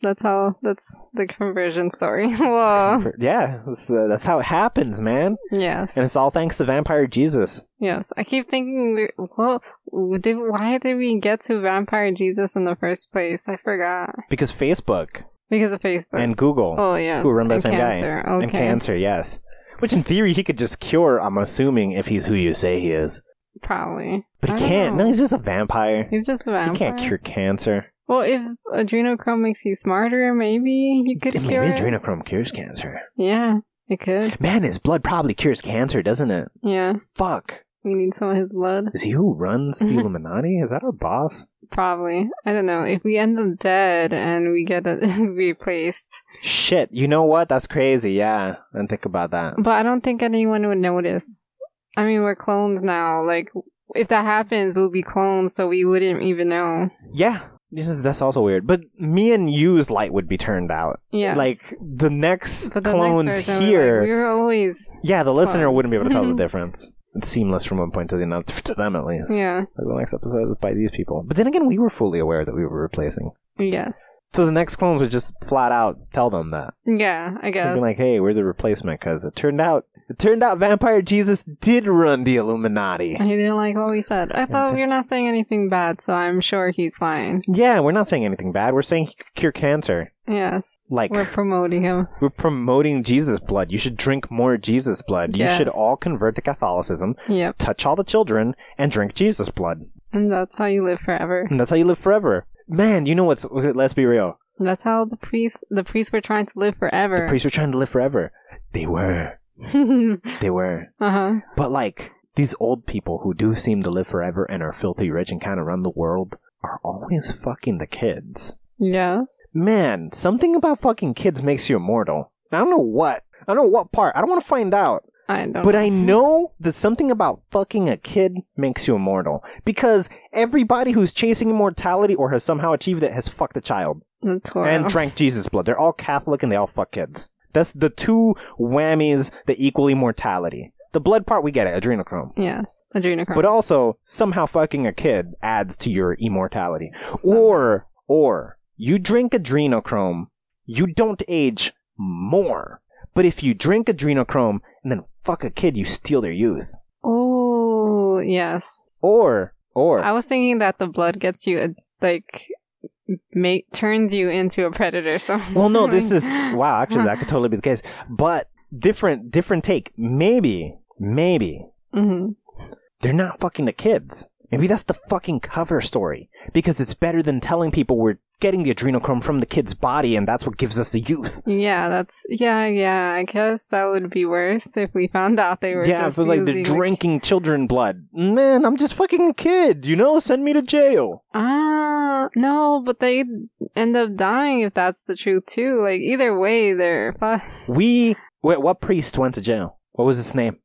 Speaker 3: that's how, that's the conversion story. Whoa.
Speaker 2: Yeah, that's, uh, that's how it happens, man.
Speaker 3: Yes.
Speaker 2: And it's all thanks to Vampire Jesus.
Speaker 3: Yes. I keep thinking, we- well, did, why did we get to Vampire Jesus in the first place? I forgot.
Speaker 2: Because Facebook
Speaker 3: Because of Facebook.
Speaker 2: and Google,
Speaker 3: oh, yes.
Speaker 2: who were run by the
Speaker 3: and
Speaker 2: same
Speaker 3: cancer.
Speaker 2: guy,
Speaker 3: Okay.
Speaker 2: and cancer, yes. Which in theory he could just cure, I'm assuming, if he's who you say he is.
Speaker 3: Probably.
Speaker 2: But he
Speaker 3: I don't
Speaker 2: can't.
Speaker 3: know.
Speaker 2: No, he's just a vampire.
Speaker 3: He's just a vampire.
Speaker 2: He can't cure cancer.
Speaker 3: Well, if adrenochrome makes you smarter, maybe you could
Speaker 2: Maybe
Speaker 3: cure it.
Speaker 2: adrenochrome cures cancer.
Speaker 3: yeah, it could.
Speaker 2: Man, his blood probably cures cancer, doesn't it?
Speaker 3: Yeah,
Speaker 2: Fuck.
Speaker 3: we need some of his blood.
Speaker 2: Is he who runs the Illuminati? Is that our boss?
Speaker 3: Probably. I don't know. If we end up dead and we get it replaced,
Speaker 2: Shit, you know what? That's crazy, yeah. And think about that.
Speaker 3: but I don't think anyone would notice. I mean, we're clones now. Like, if that happens, we'll be clones, so we wouldn't even know.
Speaker 2: Yeah. This is, that's also weird. But me and you's light would be turned out.
Speaker 3: Yeah.
Speaker 2: Like the next
Speaker 3: But the next
Speaker 2: clones
Speaker 3: version, we're
Speaker 2: here,
Speaker 3: like, we were always.
Speaker 2: yeah, the listener
Speaker 3: clones.
Speaker 2: wouldn't be able to tell the difference. It's seamless from one point to the another to them at least.
Speaker 3: Yeah.
Speaker 2: Like the next episode is by these people. But then again, we were fully aware that we were replacing.
Speaker 3: Yes.
Speaker 2: So the next clones would just flat out tell them that.
Speaker 3: Yeah, I
Speaker 2: They'd
Speaker 3: guess.
Speaker 2: be like, "Hey, we're the replacement," because it turned out it turned out Vampire Jesus did run the Illuminati.
Speaker 3: I didn't like what we said. I thought
Speaker 2: Okay.
Speaker 3: you're not saying anything bad, so I'm sure he's fine.
Speaker 2: Yeah, we're not saying anything bad. We're saying he could cure cancer.
Speaker 3: Yes.
Speaker 2: Like
Speaker 3: We're promoting him.
Speaker 2: We're promoting Jesus blood. You should drink more Jesus blood. You
Speaker 3: Yes.
Speaker 2: should all convert to Catholicism,
Speaker 3: Yep.
Speaker 2: touch all the children, and drink Jesus blood.
Speaker 3: And that's how you live forever.
Speaker 2: And that's how you live forever. Man, you know what's. okay, Let's be real.
Speaker 3: That's how the priests the priests were trying to live
Speaker 2: The
Speaker 3: forever.
Speaker 2: priests were trying to live forever. They were. They were.
Speaker 3: uh-huh.
Speaker 2: But, like, these old people who do seem to live forever and are filthy rich and kind of run the world are always fucking the kids.
Speaker 3: Yes.
Speaker 2: Man, something about fucking kids makes you immortal. I don't know what. I don't know what part. I don't want to find out.
Speaker 3: I don't
Speaker 2: But I know that something about fucking a kid makes you immortal. Because everybody who's chasing immortality or has somehow achieved it has fucked a child
Speaker 3: that's horrible.
Speaker 2: and drank Jesus blood. They're all Catholic and they all fuck kids. That's the two whammies that equal immortality. The blood part, we get it, adrenochrome.
Speaker 3: yes. Adrenochrome.
Speaker 2: But also, somehow fucking a kid adds to your immortality. Or, or, you drink adrenochrome, you don't age more. But if you drink adrenochrome and then fuck a kid, you steal their youth.
Speaker 3: oh yes.
Speaker 2: Or, or,
Speaker 3: I was thinking that the blood gets you a, like make turns you into a predator. So
Speaker 2: well, no, this is, wow, actually, that could totally be the case. But different, different take. Maybe, maybe
Speaker 3: hmm
Speaker 2: they're not fucking the kids. Maybe that's the fucking cover story because it's better than telling people we're getting the adrenochrome from the kid's body and that's what gives us the youth.
Speaker 3: Yeah, that's yeah, yeah. I guess that would be worse if we found out they were.
Speaker 2: Yeah,
Speaker 3: just
Speaker 2: but like they're
Speaker 3: using, like-
Speaker 2: drinking children blood. Man, I'm just fucking a kid, you know? Send me to jail.
Speaker 3: Ah, no, but they end up dying if that's the truth too. Like either way, they're fu-
Speaker 2: We. Wait, what priest went to jail? What was his name?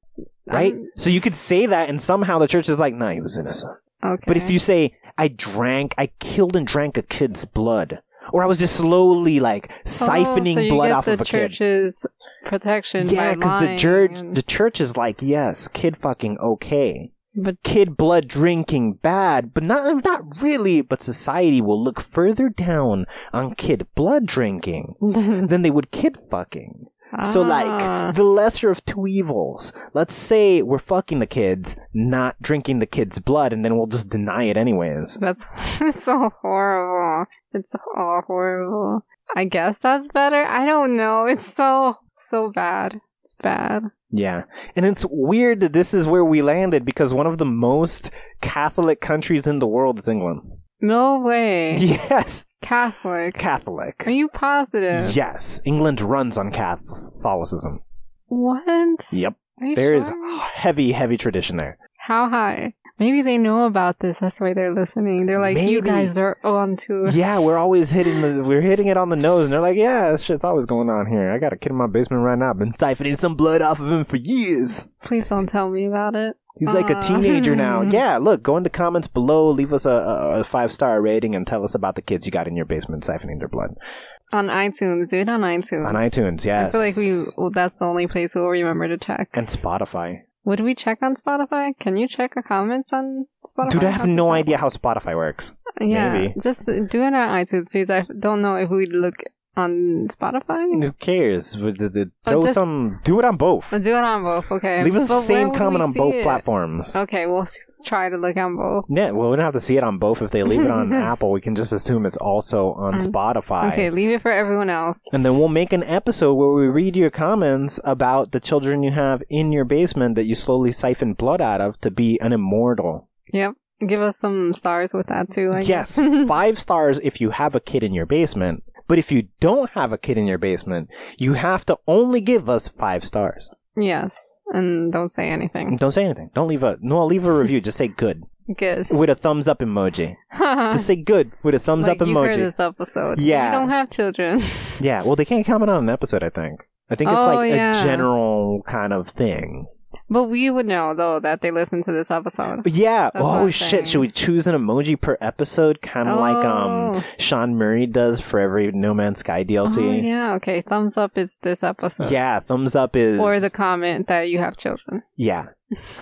Speaker 2: Right?
Speaker 3: Um,
Speaker 2: so you could say that, and somehow the church is like, nah, he was innocent.
Speaker 3: okay.
Speaker 2: But if you say, I drank, I killed and drank a kid's blood, or I was just slowly like siphoning
Speaker 3: oh, so you
Speaker 2: blood
Speaker 3: get
Speaker 2: off
Speaker 3: the
Speaker 2: of a kid.
Speaker 3: church's protection.
Speaker 2: Yeah,
Speaker 3: because
Speaker 2: the church, the church is like, yes, kid fucking okay.
Speaker 3: but
Speaker 2: kid blood drinking bad, but not not really. But society will look further down on kid blood drinking than they would kid fucking. So
Speaker 3: Ah.
Speaker 2: like the lesser of two evils. Let's say we're fucking the kids, not drinking the kids' blood, and then we'll just deny it anyways.
Speaker 3: That's it's all horrible. It's all horrible. I guess that's better. I don't know. It's so so bad. It's bad.
Speaker 2: Yeah. And it's weird that this is where we landed because one of the most Catholic countries in the world is England.
Speaker 3: No way.
Speaker 2: Yes.
Speaker 3: Catholic.
Speaker 2: Catholic.
Speaker 3: Are you positive?
Speaker 2: Yes. England runs on Catholicism.
Speaker 3: What? Are
Speaker 2: Yep.
Speaker 3: you
Speaker 2: There is
Speaker 3: sure?
Speaker 2: heavy, heavy tradition there.
Speaker 3: How high? Maybe they know about this. That's why they're listening. They're like, you
Speaker 2: Maybe.
Speaker 3: guys are on to
Speaker 2: Yeah, we're always hitting the we're hitting it on the nose, and they're like, "Yeah, this shit's always going on here. I got a kid in my basement right now. I've been siphoning some blood off of him for years.
Speaker 3: Please don't tell me about it.
Speaker 2: He's like a
Speaker 3: Aw.
Speaker 2: teenager now. Yeah, look, go in the comments below, leave us a, a, a five star rating, and tell us about the kids you got in your basement siphoning their blood
Speaker 3: On iTunes. Do it on iTunes.
Speaker 2: on iTunes. Yes,
Speaker 3: I feel like we. Well, that's the only place we'll remember to check.
Speaker 2: and Spotify.
Speaker 3: Would we check on Spotify? Can you check the comments on Spotify?
Speaker 2: Dude, I
Speaker 3: How
Speaker 2: have
Speaker 3: does
Speaker 2: no
Speaker 3: that
Speaker 2: idea how Spotify works.
Speaker 3: work? Yeah,
Speaker 2: Maybe.
Speaker 3: just do it on iTunes because I don't know if we'd look on Spotify.
Speaker 2: Who cares? With the- the-
Speaker 3: Oh,
Speaker 2: Throw
Speaker 3: just-
Speaker 2: some. Do it on both.
Speaker 3: Or do it on both. Okay.
Speaker 2: Leave us the
Speaker 3: But where
Speaker 2: same
Speaker 3: would
Speaker 2: comment
Speaker 3: we
Speaker 2: on
Speaker 3: see
Speaker 2: both
Speaker 3: it?
Speaker 2: platforms.
Speaker 3: Okay, we'll s- try to look on both.
Speaker 2: Yeah, well, we don't have to see it on both. If they leave it on Apple, we can just assume it's also on
Speaker 3: Um,
Speaker 2: Spotify.
Speaker 3: Okay, leave it for everyone else.
Speaker 2: And then we'll make an episode where we read your comments about the children you have in your basement that you slowly siphon blood out of to be an immortal.
Speaker 3: Yep. Give us some stars with that too. I
Speaker 2: yes,
Speaker 3: guess.
Speaker 2: five stars if you have a kid in your basement. But if you don't have a kid in your basement, you have to only give us five stars.
Speaker 3: yes. And don't say anything.
Speaker 2: Don't say anything. Don't leave a no. Leave a review. Just say good
Speaker 3: Good.
Speaker 2: with a thumbs up emoji. Just say good with a thumbs
Speaker 3: like
Speaker 2: up
Speaker 3: you heard
Speaker 2: emoji.
Speaker 3: this episode.
Speaker 2: Yeah.
Speaker 3: You don't have children.
Speaker 2: Yeah, well, they can't comment on an episode. I think. I think it's
Speaker 3: Oh,
Speaker 2: like
Speaker 3: yeah.
Speaker 2: a general kind of thing.
Speaker 3: But we would know though that they listened to this episode.
Speaker 2: Yeah.
Speaker 3: That's what
Speaker 2: oh
Speaker 3: I'm
Speaker 2: shit. Should
Speaker 3: saying.
Speaker 2: we choose an emoji per episode, kind of like um
Speaker 3: Oh.
Speaker 2: Sean Murray does for every No Man's Sky DLC?
Speaker 3: Oh, yeah. Okay. Thumbs up is this episode.
Speaker 2: Yeah, Thumbs up is
Speaker 3: Or the comment that you have children.
Speaker 2: yeah,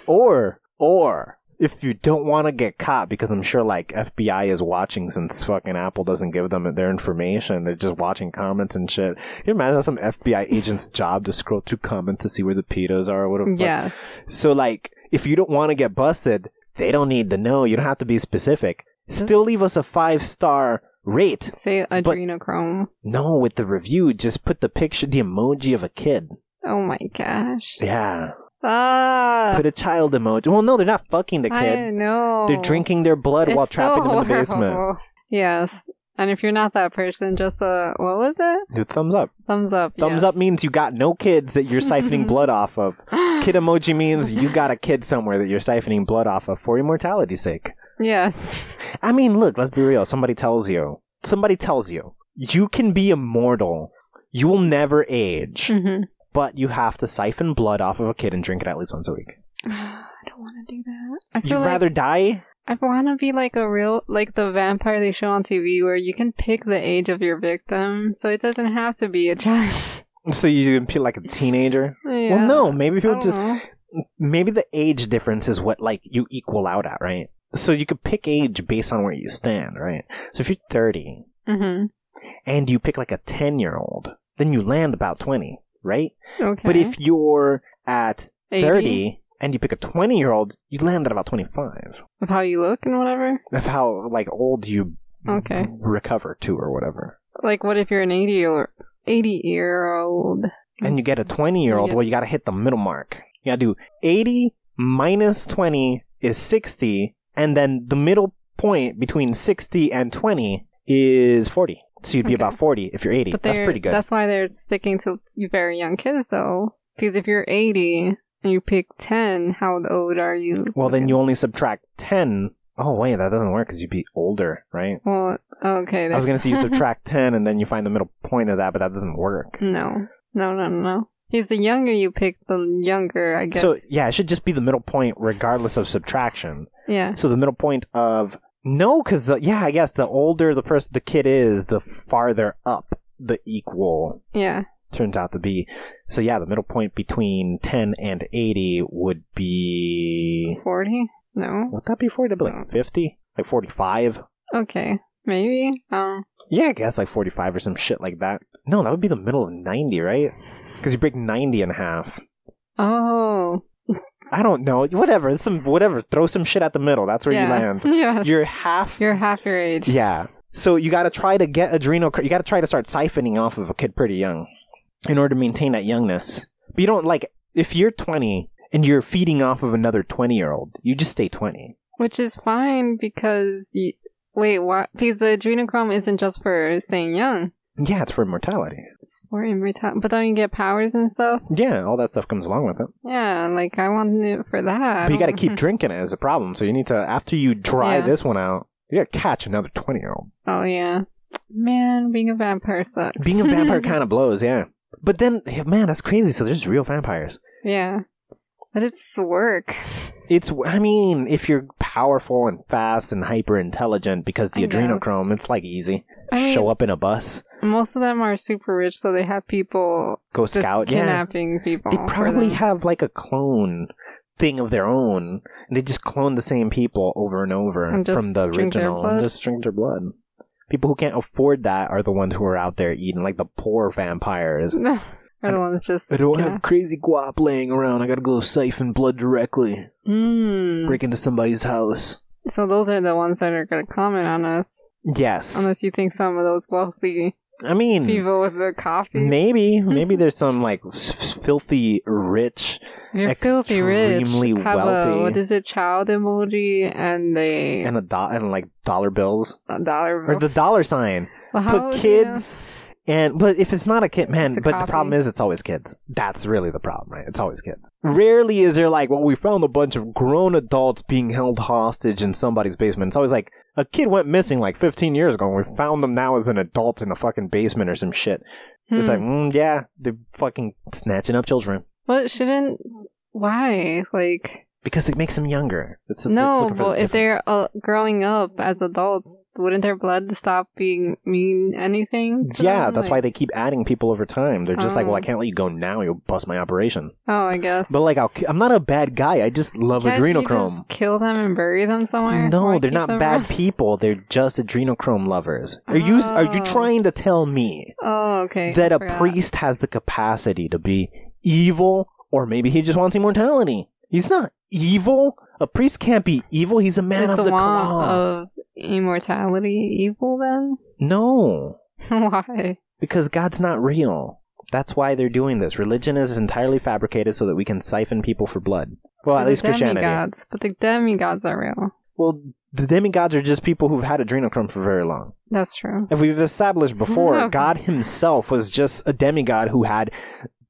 Speaker 2: or or if you don't want to get caught because I'm sure like FBI is watching since fucking Apple doesn't give them their information. They're just watching comments and shit. Can you imagine some FBI agent's job to scroll through comments to see where the pedos are? What a fuck.
Speaker 3: Yes.
Speaker 2: So like, if you don't want to get busted, they don't need to know. You don't have to be specific.
Speaker 3: Hmm.
Speaker 2: Still leave us a five star rate.
Speaker 3: Say adrenochrome.
Speaker 2: No, with the review, just put the picture, the emoji of a kid.
Speaker 3: Oh my gosh.
Speaker 2: Yeah,
Speaker 3: Ah.
Speaker 2: put a child emoji. Well, no, they're not fucking the
Speaker 3: I
Speaker 2: kid.
Speaker 3: know.
Speaker 2: They're drinking their blood
Speaker 3: It's
Speaker 2: while trapping
Speaker 3: so
Speaker 2: them in the basement.
Speaker 3: horrible. Yes. And if you're not that person, just uh, what was it?
Speaker 2: Dude, thumbs up.
Speaker 3: Thumbs up.
Speaker 2: Thumbs up means you got no kids that you're siphoning blood off of.
Speaker 3: up.
Speaker 2: Kid emoji means you got a kid somewhere that you're siphoning blood off of for immortality's sake.
Speaker 3: yes.
Speaker 2: I mean, look, let's be real. Somebody tells you, somebody tells you, you can be immortal. You will never age,
Speaker 3: hmm
Speaker 2: but you have to siphon blood off of a kid and drink it at least once a week.
Speaker 3: I don't want to do that. I
Speaker 2: You'd
Speaker 3: feel like
Speaker 2: rather die?
Speaker 3: I want to be like a real, like the vampire they show on TV, where you can pick the age of your victim, so it doesn't have to be a child.
Speaker 2: So you can feel like a teenager?
Speaker 3: Yeah.
Speaker 2: Well, no, maybe
Speaker 3: I
Speaker 2: he'll
Speaker 3: don't
Speaker 2: just,
Speaker 3: know.
Speaker 2: maybe the age difference is what, like, you equal out at, right? So you could pick age based on where you stand, right? So if you're 30
Speaker 3: Mhm.
Speaker 2: and you pick like a 10 year old, then you land about 20, right?
Speaker 3: Okay.
Speaker 2: But if you're at
Speaker 3: 80,
Speaker 2: 30 and you pick a 20 year old, you land at about 25.
Speaker 3: of how you look and whatever.
Speaker 2: Of how like old you
Speaker 3: Okay.
Speaker 2: recover to or whatever.
Speaker 3: Like, what if you're an eighty or eighty year old?
Speaker 2: And you get a 20 year old,
Speaker 3: Yeah.
Speaker 2: well, you got to hit the middle mark. You got to do 80 minus 20 is 60, and then the middle point between 60 and 20 is 40. So you'd be
Speaker 3: Okay.
Speaker 2: about 40 if you're 80.
Speaker 3: But
Speaker 2: That's
Speaker 3: they're-
Speaker 2: pretty good.
Speaker 3: That's why they're sticking to you very young kids, though. Because if you're eighty and you pick ten, how old are you?
Speaker 2: well, then you only subtract 10. Oh, wait, that doesn't work because you'd be older, right?
Speaker 3: Well, okay.
Speaker 2: I was
Speaker 3: there's-
Speaker 2: going to say you subtract 10 and then you find the middle point of that, but that doesn't work.
Speaker 3: No, no, no, no. He's the younger you pick, the younger I guess.
Speaker 2: So yeah, it should just be the middle point, regardless of subtraction.
Speaker 3: yeah.
Speaker 2: So the middle point of no, because yeah, I guess the older the person, the kid is, the farther up the equal
Speaker 3: Yeah.
Speaker 2: turns out to be. So yeah, the middle point between ten and eighty would be
Speaker 3: 40? No.
Speaker 2: would that be forty? That'd be like fifty, like forty-five.
Speaker 3: Okay. Maybe. Um,
Speaker 2: Yeah, I guess like forty-five or some shit like that. No, that would be the middle of ninety, right? Because you break ninety in half.
Speaker 3: oh.
Speaker 2: I don't know. Whatever. It's some whatever. Throw some shit at the middle. That's where
Speaker 3: yeah.
Speaker 2: you land.
Speaker 3: yes.
Speaker 2: You're half
Speaker 3: You're half your age.
Speaker 2: Yeah. So you got to try to get adrenal. You got to try to start siphoning off of a kid pretty young, in order to maintain that youngness. But you don't like if you're 20 and you're feeding off of another 20 year old. You just stay 20.
Speaker 3: Which is fine because you, wait, what? Because the adrenochrome isn't just for staying young.
Speaker 2: Yeah, it's for immortality.
Speaker 3: It's for immortality. But don't you get powers and stuff?
Speaker 2: Yeah, all that stuff comes along with it.
Speaker 3: Yeah, like I wanted it for that. I
Speaker 2: but you got to
Speaker 3: don't-
Speaker 2: keep drinking it as a problem. So you need to after you dry
Speaker 3: Yeah.
Speaker 2: this one out, you got to catch another 20 year old.
Speaker 3: Oh yeah. Man, being a vampire sucks.
Speaker 2: Being a vampire kind of blows. Yeah. But then, man, that's crazy. So there's real vampires.
Speaker 3: yeah. But it's work.
Speaker 2: It's, I mean, if you're powerful and fast and hyper intelligent because the
Speaker 3: I guess.
Speaker 2: adrenochrome, it's like easy.
Speaker 3: I mean-
Speaker 2: Show up in a bus,
Speaker 3: Most of them are super rich, so they have people
Speaker 2: go
Speaker 3: just
Speaker 2: scout. Yeah.
Speaker 3: kidnapping people.
Speaker 2: They
Speaker 3: for
Speaker 2: probably
Speaker 3: them.
Speaker 2: have like a clone thing of their own. And they just clone the same people over and over
Speaker 3: And just
Speaker 2: from the
Speaker 3: drink their
Speaker 2: original. and
Speaker 3: blood?
Speaker 2: just drink their blood. People who can't afford that are the ones who are out there eating, like the poor vampires.
Speaker 3: are the ones just.
Speaker 2: I don't
Speaker 3: Mm, yeah.
Speaker 2: have crazy guap laying around. I gotta go siphon blood directly.
Speaker 3: Mm.
Speaker 2: Break into somebody's house.
Speaker 3: So those are the ones that are going to comment on us,
Speaker 2: Yes.
Speaker 3: unless you think some of those wealthy
Speaker 2: I mean,
Speaker 3: people with the coffee.
Speaker 2: Maybe,
Speaker 3: Hmm.
Speaker 2: maybe there's some like s- s- filthy rich.
Speaker 3: You're filthy rich.
Speaker 2: extremely
Speaker 3: Have a,
Speaker 2: wealthy.
Speaker 3: what is it? Child emoji and a
Speaker 2: And a do- and like dollar bills
Speaker 3: a dollar
Speaker 2: or
Speaker 3: bill.
Speaker 2: the dollar sign.
Speaker 3: Well, how
Speaker 2: Put
Speaker 3: would you know?
Speaker 2: kids and but if it's not a kid, man.
Speaker 3: Oh, It's a
Speaker 2: but the
Speaker 3: copy.
Speaker 2: problem is, it's always kids. That's really the problem, right? It's always kids. Rarely is there like, well, we found a bunch of grown adults being held hostage in somebody's basement. It's always like a kid went missing like 15 years ago, and we found them now as an adult in a fucking basement or some shit. It's
Speaker 3: Hmm.
Speaker 2: like, mm, yeah, they're fucking snatching up children.
Speaker 3: Well, shouldn't Why? Like,
Speaker 2: because it makes them younger. It's they're
Speaker 3: no,
Speaker 2: looking for the
Speaker 3: but if they're uh, growing up as adults, wouldn't their blood stop being mean anything?
Speaker 2: difference.
Speaker 3: to
Speaker 2: yeah,
Speaker 3: them?
Speaker 2: that's why
Speaker 3: Like-
Speaker 2: they keep adding people over time. They're just like, well, I
Speaker 3: Oh.
Speaker 2: can't let you go now. You'll bust my operation.
Speaker 3: Oh, I guess.
Speaker 2: But like, I'll, I'm not a bad guy. I just love
Speaker 3: Can't you
Speaker 2: adrenochrome.
Speaker 3: just kill them and bury them somewhere? Why
Speaker 2: No, they're
Speaker 3: keep
Speaker 2: not
Speaker 3: them
Speaker 2: bad
Speaker 3: around?
Speaker 2: people. They're just adrenochrome lovers. Are you are you
Speaker 3: Oh.
Speaker 2: trying to tell me
Speaker 3: Oh, okay.
Speaker 2: that
Speaker 3: I
Speaker 2: a
Speaker 3: forgot.
Speaker 2: priest has the capacity to be evil or maybe he just wants immortality? He's not evil. A priest can't be evil. He's a man
Speaker 3: Is
Speaker 2: of the,
Speaker 3: the want
Speaker 2: cloth.
Speaker 3: of immortality evil then?
Speaker 2: No,
Speaker 3: Why?
Speaker 2: because God's not real. That's why they're doing this. Religion is entirely fabricated so that we can siphon people for blood. Well,
Speaker 3: They're
Speaker 2: at least
Speaker 3: the
Speaker 2: Christianity.
Speaker 3: Demigods, but the demigods are real.
Speaker 2: Well, the demigods are just people who've had adrenochrome for very long.
Speaker 3: That's true.
Speaker 2: If we've established before,
Speaker 3: No.
Speaker 2: God himself was just a demigod who had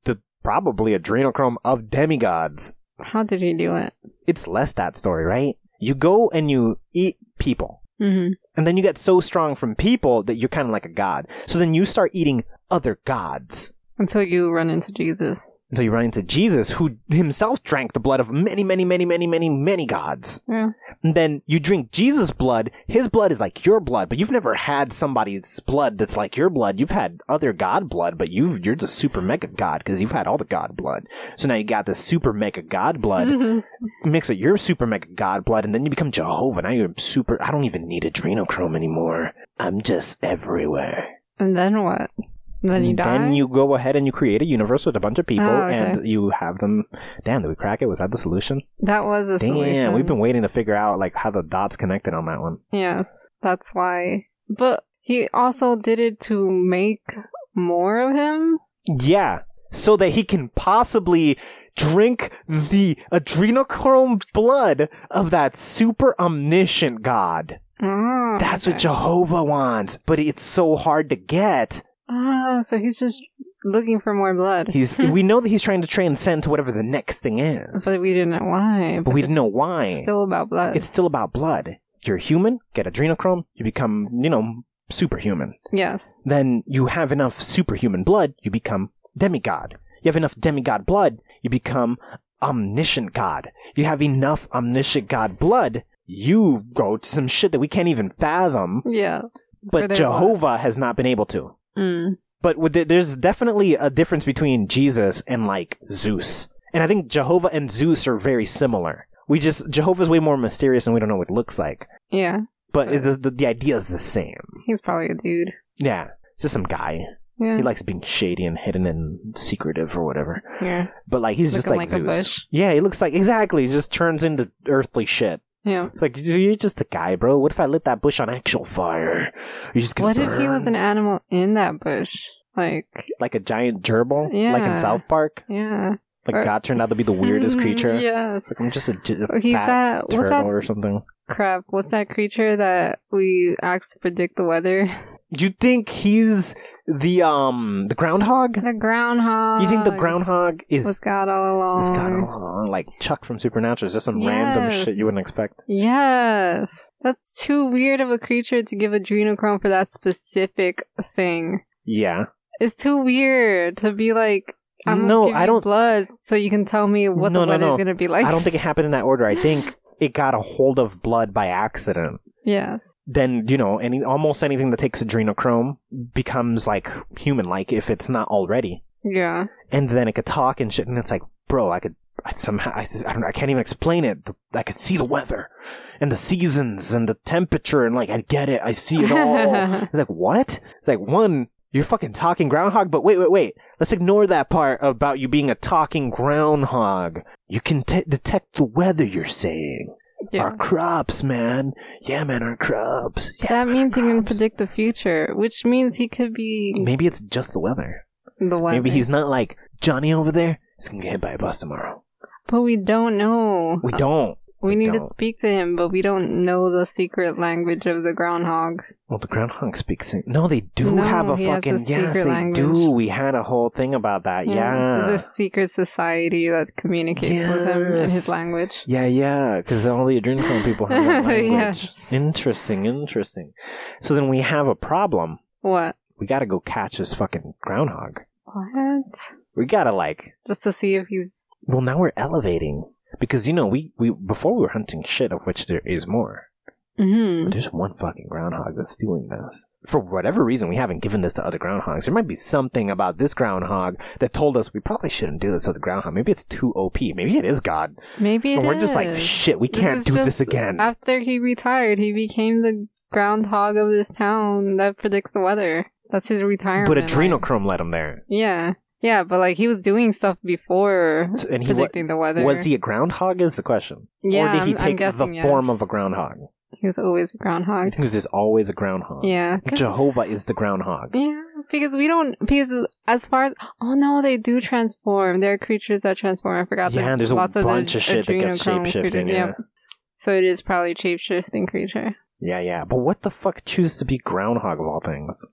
Speaker 2: the probably adrenochrome of demigods.
Speaker 3: How did he do it?
Speaker 2: It's less that story, right? You go and you eat people.
Speaker 3: Mm-hmm.
Speaker 2: And then you get so strong from people that you're kind of like a god. So then you start eating other gods
Speaker 3: Until you run into Jesus.
Speaker 2: until you run into Jesus, who himself drank the blood of many, many, many, many, many, many gods.
Speaker 3: Yeah.
Speaker 2: And then you drink Jesus' blood, his blood is like your blood, but you've never had somebody's blood that's like your blood. You've had other god blood, but you've you're the super mega god because you've had all the god blood. So now you got this super mega god blood.
Speaker 3: Mhm.
Speaker 2: Mix it your super mega god blood, and then you become Jehovah. Now you're super. I don't even need adrenochrome anymore. I'm just everywhere.
Speaker 3: And then what? Then you
Speaker 2: And
Speaker 3: die.
Speaker 2: Then you go ahead and you create a universe with a bunch of people,
Speaker 3: Oh, okay.
Speaker 2: and you have them. Damn, did we crack it? Was that the solution?
Speaker 3: That was a
Speaker 2: Damn,
Speaker 3: solution.
Speaker 2: we've been waiting to figure out like how the dots connected on that one.
Speaker 3: Yes, that's why. But he also did it to make more of him.
Speaker 2: Yeah, so that he can possibly drink the adrenochrome blood of that super omniscient god.
Speaker 3: Oh,
Speaker 2: That's
Speaker 3: okay.
Speaker 2: what Jehovah wants, but it's so hard to get.
Speaker 3: Ah, so he's just looking for more blood.
Speaker 2: He's we know that he's trying to transcend to whatever the next thing is,
Speaker 3: but we didn't know why.
Speaker 2: but we
Speaker 3: it's
Speaker 2: didn't know why.
Speaker 3: Still about blood.
Speaker 2: It's still about blood. You're human, get adrenochrome, you become, you know, superhuman.
Speaker 3: yes.
Speaker 2: then you have enough superhuman blood, you become demigod. You have enough demigod blood, you become omniscient god. You have enough omniscient god blood, you go to some shit that we can't even fathom,
Speaker 3: Yeah. For
Speaker 2: but
Speaker 3: their
Speaker 2: Jehovah has not been able to.
Speaker 3: Mm.
Speaker 2: But with the, there's definitely a difference between Jesus and like Zeus. And I think Jehovah and Zeus are very similar. We just, Jehovah's way more mysterious and we don't know what it looks like.
Speaker 3: Yeah.
Speaker 2: But it is, the, the idea is the same.
Speaker 3: He's probably a dude.
Speaker 2: Yeah. It's just some guy.
Speaker 3: Yeah.
Speaker 2: He likes being shady and hidden and secretive or whatever.
Speaker 3: yeah.
Speaker 2: But like he's just
Speaker 3: Looking
Speaker 2: like,
Speaker 3: like a
Speaker 2: Zeus.
Speaker 3: bush.
Speaker 2: Yeah, he looks like exactly. He just turns into earthly shit.
Speaker 3: Yeah.
Speaker 2: It's like you're just a guy, bro. What if I lit that bush on actual fire? You're just gonna
Speaker 3: What if he
Speaker 2: burn
Speaker 3: was an animal in that bush? Like,
Speaker 2: like a giant gerbil, like in
Speaker 3: Yeah.
Speaker 2: South Park?
Speaker 3: yeah.
Speaker 2: Like
Speaker 3: Or-
Speaker 2: God turned out to be the weirdest creature. It's
Speaker 3: yes.
Speaker 2: like I'm just a, gi- a
Speaker 3: He's
Speaker 2: fat
Speaker 3: that. What's
Speaker 2: turtle
Speaker 3: that
Speaker 2: or something.
Speaker 3: crap? What's that creature that we asked to predict the weather?
Speaker 2: You think he's the um the groundhog?
Speaker 3: The groundhog.
Speaker 2: You think the groundhog is
Speaker 3: was God all
Speaker 2: is
Speaker 3: along?
Speaker 2: God all along? Like Chuck from Supernatural is just some random
Speaker 3: Um, Yes.
Speaker 2: shit you wouldn't expect.
Speaker 3: Yes. That's too weird of a creature to give adrenochrome for that specific thing.
Speaker 2: Yeah.
Speaker 3: It's too weird to be like, I'm
Speaker 2: No,
Speaker 3: gonna give
Speaker 2: I
Speaker 3: you
Speaker 2: don't-
Speaker 3: blood so you can tell me what
Speaker 2: No,
Speaker 3: the
Speaker 2: no,
Speaker 3: weather's
Speaker 2: no.
Speaker 3: gonna be like.
Speaker 2: I don't think it happened in that order. I think it got a hold of blood by accident.
Speaker 3: Yes.
Speaker 2: Then, you know, any almost anything that takes adrenochrome becomes like human like if it's not already.
Speaker 3: Yeah.
Speaker 2: And then it could talk and shit and it's like, bro, I could I somehow I, s- I don't know, I can't even explain it. The, I could see the weather and the seasons and the temperature and like I get it. I see it all. It's like, what? It's like, one, you're fucking talking groundhog, but wait, wait, wait. Let's ignore that part about you being a talking groundhog. You can te- detect the weather, you're saying.
Speaker 3: yeah.
Speaker 2: Our crops, man. Yeah, man, our crops. Yeah,
Speaker 3: That
Speaker 2: man,
Speaker 3: means he
Speaker 2: our
Speaker 3: can
Speaker 2: crops.
Speaker 3: predict the future, which means he could be
Speaker 2: Maybe it's just the weather.
Speaker 3: the one.
Speaker 2: Maybe he's not like Johnny over there. He's gonna get hit by a bus tomorrow.
Speaker 3: But we don't know.
Speaker 2: We don't.
Speaker 3: Uh, We need
Speaker 2: don't.
Speaker 3: to speak to him, but we don't know the secret language of the groundhog.
Speaker 2: Well, the groundhog speaks. In- no, they do
Speaker 3: No,
Speaker 2: have a
Speaker 3: he has a
Speaker 2: fucking. Yes, they
Speaker 3: secret language.
Speaker 2: do. We had a whole thing about that. Yeah.
Speaker 3: There's a secret society that communicates with him in
Speaker 2: Yes.
Speaker 3: his language.
Speaker 2: Yeah, yeah, because all the adrenochrome people have that language.
Speaker 3: Yes.
Speaker 2: Interesting, interesting. So then we have a problem.
Speaker 3: What?
Speaker 2: We gotta go catch this fucking groundhog.
Speaker 3: What?
Speaker 2: We gotta like,
Speaker 3: Just to see if he's
Speaker 2: Well, now we're elevating because you know we, we before we were hunting shit of which there is more.
Speaker 3: Mm-hmm.
Speaker 2: There's one fucking groundhog that's stealing this. For whatever reason, we haven't given this to other groundhogs. There might be something about this groundhog that told us we probably shouldn't do this to the groundhog. Maybe it's too OP. Maybe it is God.
Speaker 3: Maybe it
Speaker 2: and we're just like,
Speaker 3: is.
Speaker 2: shit, we can't
Speaker 3: is
Speaker 2: do this
Speaker 3: just-
Speaker 2: again.
Speaker 3: After he retired, he became the groundhog of this town that predicts the weather. That's his retirement.
Speaker 2: But
Speaker 3: like-
Speaker 2: adrenochrome led him there.
Speaker 3: yeah, yeah, but like he was doing stuff before
Speaker 2: So- and he wa-
Speaker 3: predicting the weather.
Speaker 2: Was he a groundhog? Is the question.
Speaker 3: Yeah,
Speaker 2: or did he
Speaker 3: I'm- I'm
Speaker 2: take the
Speaker 3: guessing yes.
Speaker 2: form of a groundhog?
Speaker 3: He was always a
Speaker 2: I
Speaker 3: groundhog.
Speaker 2: think it was just always a groundhog.
Speaker 3: Yeah, 'cause-
Speaker 2: Jehovah is the groundhog.
Speaker 3: yeah, because we don't because as far as oh no, they do transform. There are creatures that transform. I forgot.
Speaker 2: Yeah, there's a
Speaker 3: lots of, the
Speaker 2: bunch of shit that gets
Speaker 3: adrenochrome
Speaker 2: shapeshifting,
Speaker 3: creatures.
Speaker 2: yeah.
Speaker 3: Yep. So it is probably shape shifting creature.
Speaker 2: Yeah, yeah. But what the fuck chooses to be groundhog of all things?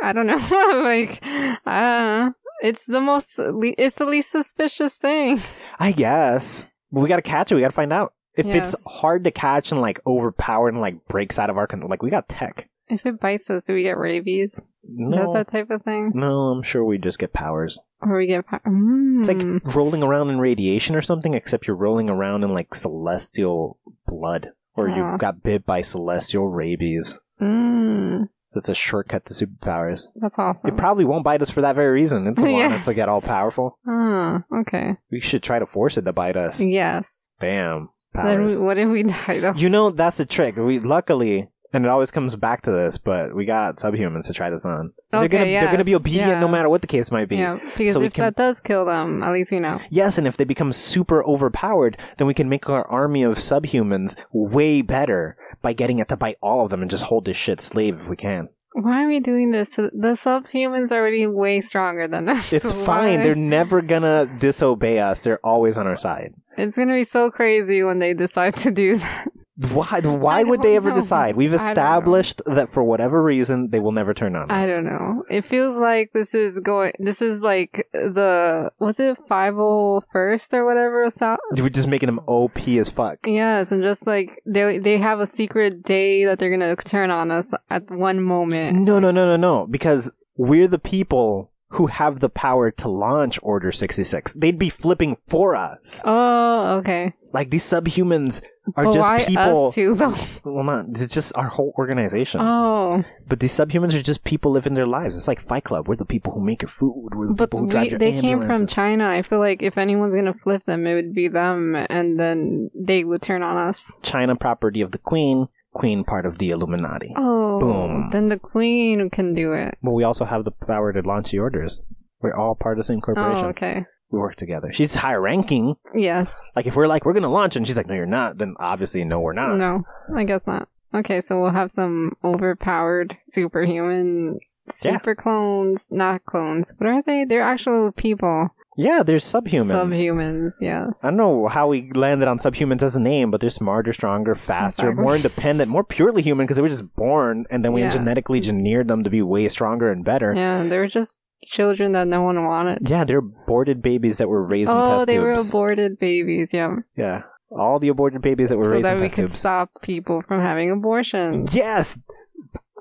Speaker 3: I don't know. like, uh, it's the most, le- it's the least suspicious thing.
Speaker 2: I guess. But we gotta catch it. We gotta find out. If
Speaker 3: Yes.
Speaker 2: it's hard to catch and like overpowered and like breaks out of our control, like we got tech.
Speaker 3: If it bites us, do we get rabies? Is
Speaker 2: No,
Speaker 3: that that type of thing?
Speaker 2: no, I'm sure we just get powers.
Speaker 3: Or we get, pa- mm.
Speaker 2: It's like rolling around in radiation or something, except you're rolling around in like celestial blood, or
Speaker 3: Huh.
Speaker 2: you got bit by celestial rabies.
Speaker 3: mm,
Speaker 2: That's a shortcut to superpowers.
Speaker 3: that's awesome.
Speaker 2: It probably won't bite us for that very reason. It's want
Speaker 3: Yeah.
Speaker 2: us to get all powerful.
Speaker 3: Ah, okay.
Speaker 2: We should try to force it to bite us.
Speaker 3: Yes.
Speaker 2: Bam,
Speaker 3: Then
Speaker 2: powers.
Speaker 3: we, what if we die though?
Speaker 2: You know that's the trick. We luckily, and it always comes back to this, but we got subhumans to try this on. they're
Speaker 3: Okay,
Speaker 2: gonna they're gonna be
Speaker 3: yes,
Speaker 2: obedient no
Speaker 3: yes.
Speaker 2: matter what the case might be.
Speaker 3: Yeah, because
Speaker 2: So we
Speaker 3: if
Speaker 2: can-
Speaker 3: that does kill them, at least we know.
Speaker 2: Yes, and if they become super overpowered, then we can make our army of subhumans way better by getting it to bite all of them and just hold this shit slave if we can.
Speaker 3: Why are we doing this? The subhumans are already way stronger than us.
Speaker 2: It's fine.
Speaker 3: Why?
Speaker 2: They're never gonna disobey us. They're always on our side.
Speaker 3: It's gonna be so crazy when they decide to do that.
Speaker 2: Why? Why
Speaker 3: I
Speaker 2: would they
Speaker 3: don't
Speaker 2: ever
Speaker 3: know.
Speaker 2: decide? We've
Speaker 3: I don't know.
Speaker 2: established that for whatever reason they will never turn on us.
Speaker 3: I don't know. It feels like this is going. This is like the was it five oh first or whatever. So-
Speaker 2: We're just making them OP as fuck.
Speaker 3: yes, and just like they they have a secret day that they're gonna turn on us at one moment.
Speaker 2: No, no, no, no, no. Because we're the people who have the power to launch Order 66. They'd be flipping for us.
Speaker 3: Oh, okay.
Speaker 2: Like these subhumans are
Speaker 3: but
Speaker 2: just
Speaker 3: why
Speaker 2: people.
Speaker 3: us too though?
Speaker 2: Well, not. It's just our whole organization.
Speaker 3: Oh,
Speaker 2: but these subhumans are just people living their lives. It's like Fight Club. We're the people who make your food. We're the
Speaker 3: but
Speaker 2: people who drive
Speaker 3: we,
Speaker 2: your
Speaker 3: they came from
Speaker 2: ambulances.
Speaker 3: China. I feel like if anyone's gonna flip them, it would be them, and then they would turn on us.
Speaker 2: China property of the Queen. Queen part of the Illuminati.
Speaker 3: Oh,
Speaker 2: Boom.
Speaker 3: Then the queen can do it.
Speaker 2: But we also have the power to launch the orders. We're all part of the same corporation.
Speaker 3: Oh, okay.
Speaker 2: We work together. She's high ranking.
Speaker 3: Yes.
Speaker 2: Like if we're like we're gonna launch and she's like no you're not then obviously no we're not.
Speaker 3: No, I guess not. Okay, so we'll have some overpowered superhuman
Speaker 2: Yeah.
Speaker 3: super clones, not clones. What are they? They're actual people.
Speaker 2: Yeah, there's subhumans.
Speaker 3: Subhumans, yes.
Speaker 2: I don't know how we landed on subhumans as a name, but they're smarter, stronger, faster,
Speaker 3: Exactly.
Speaker 2: more independent, more purely human because they were just born and then we
Speaker 3: Yeah.
Speaker 2: genetically engineered them to be way stronger and better. Yeah.
Speaker 3: Yeah, they were just children that no one wanted.
Speaker 2: they're aborted babies that were raised in
Speaker 3: Oh,
Speaker 2: test
Speaker 3: they were
Speaker 2: tubes.
Speaker 3: aborted babies, yeah.
Speaker 2: yeah, all the aborted babies that were
Speaker 3: So
Speaker 2: raised
Speaker 3: that
Speaker 2: in
Speaker 3: we
Speaker 2: test
Speaker 3: could
Speaker 2: tubes.
Speaker 3: stop people from having abortions.
Speaker 2: Yes,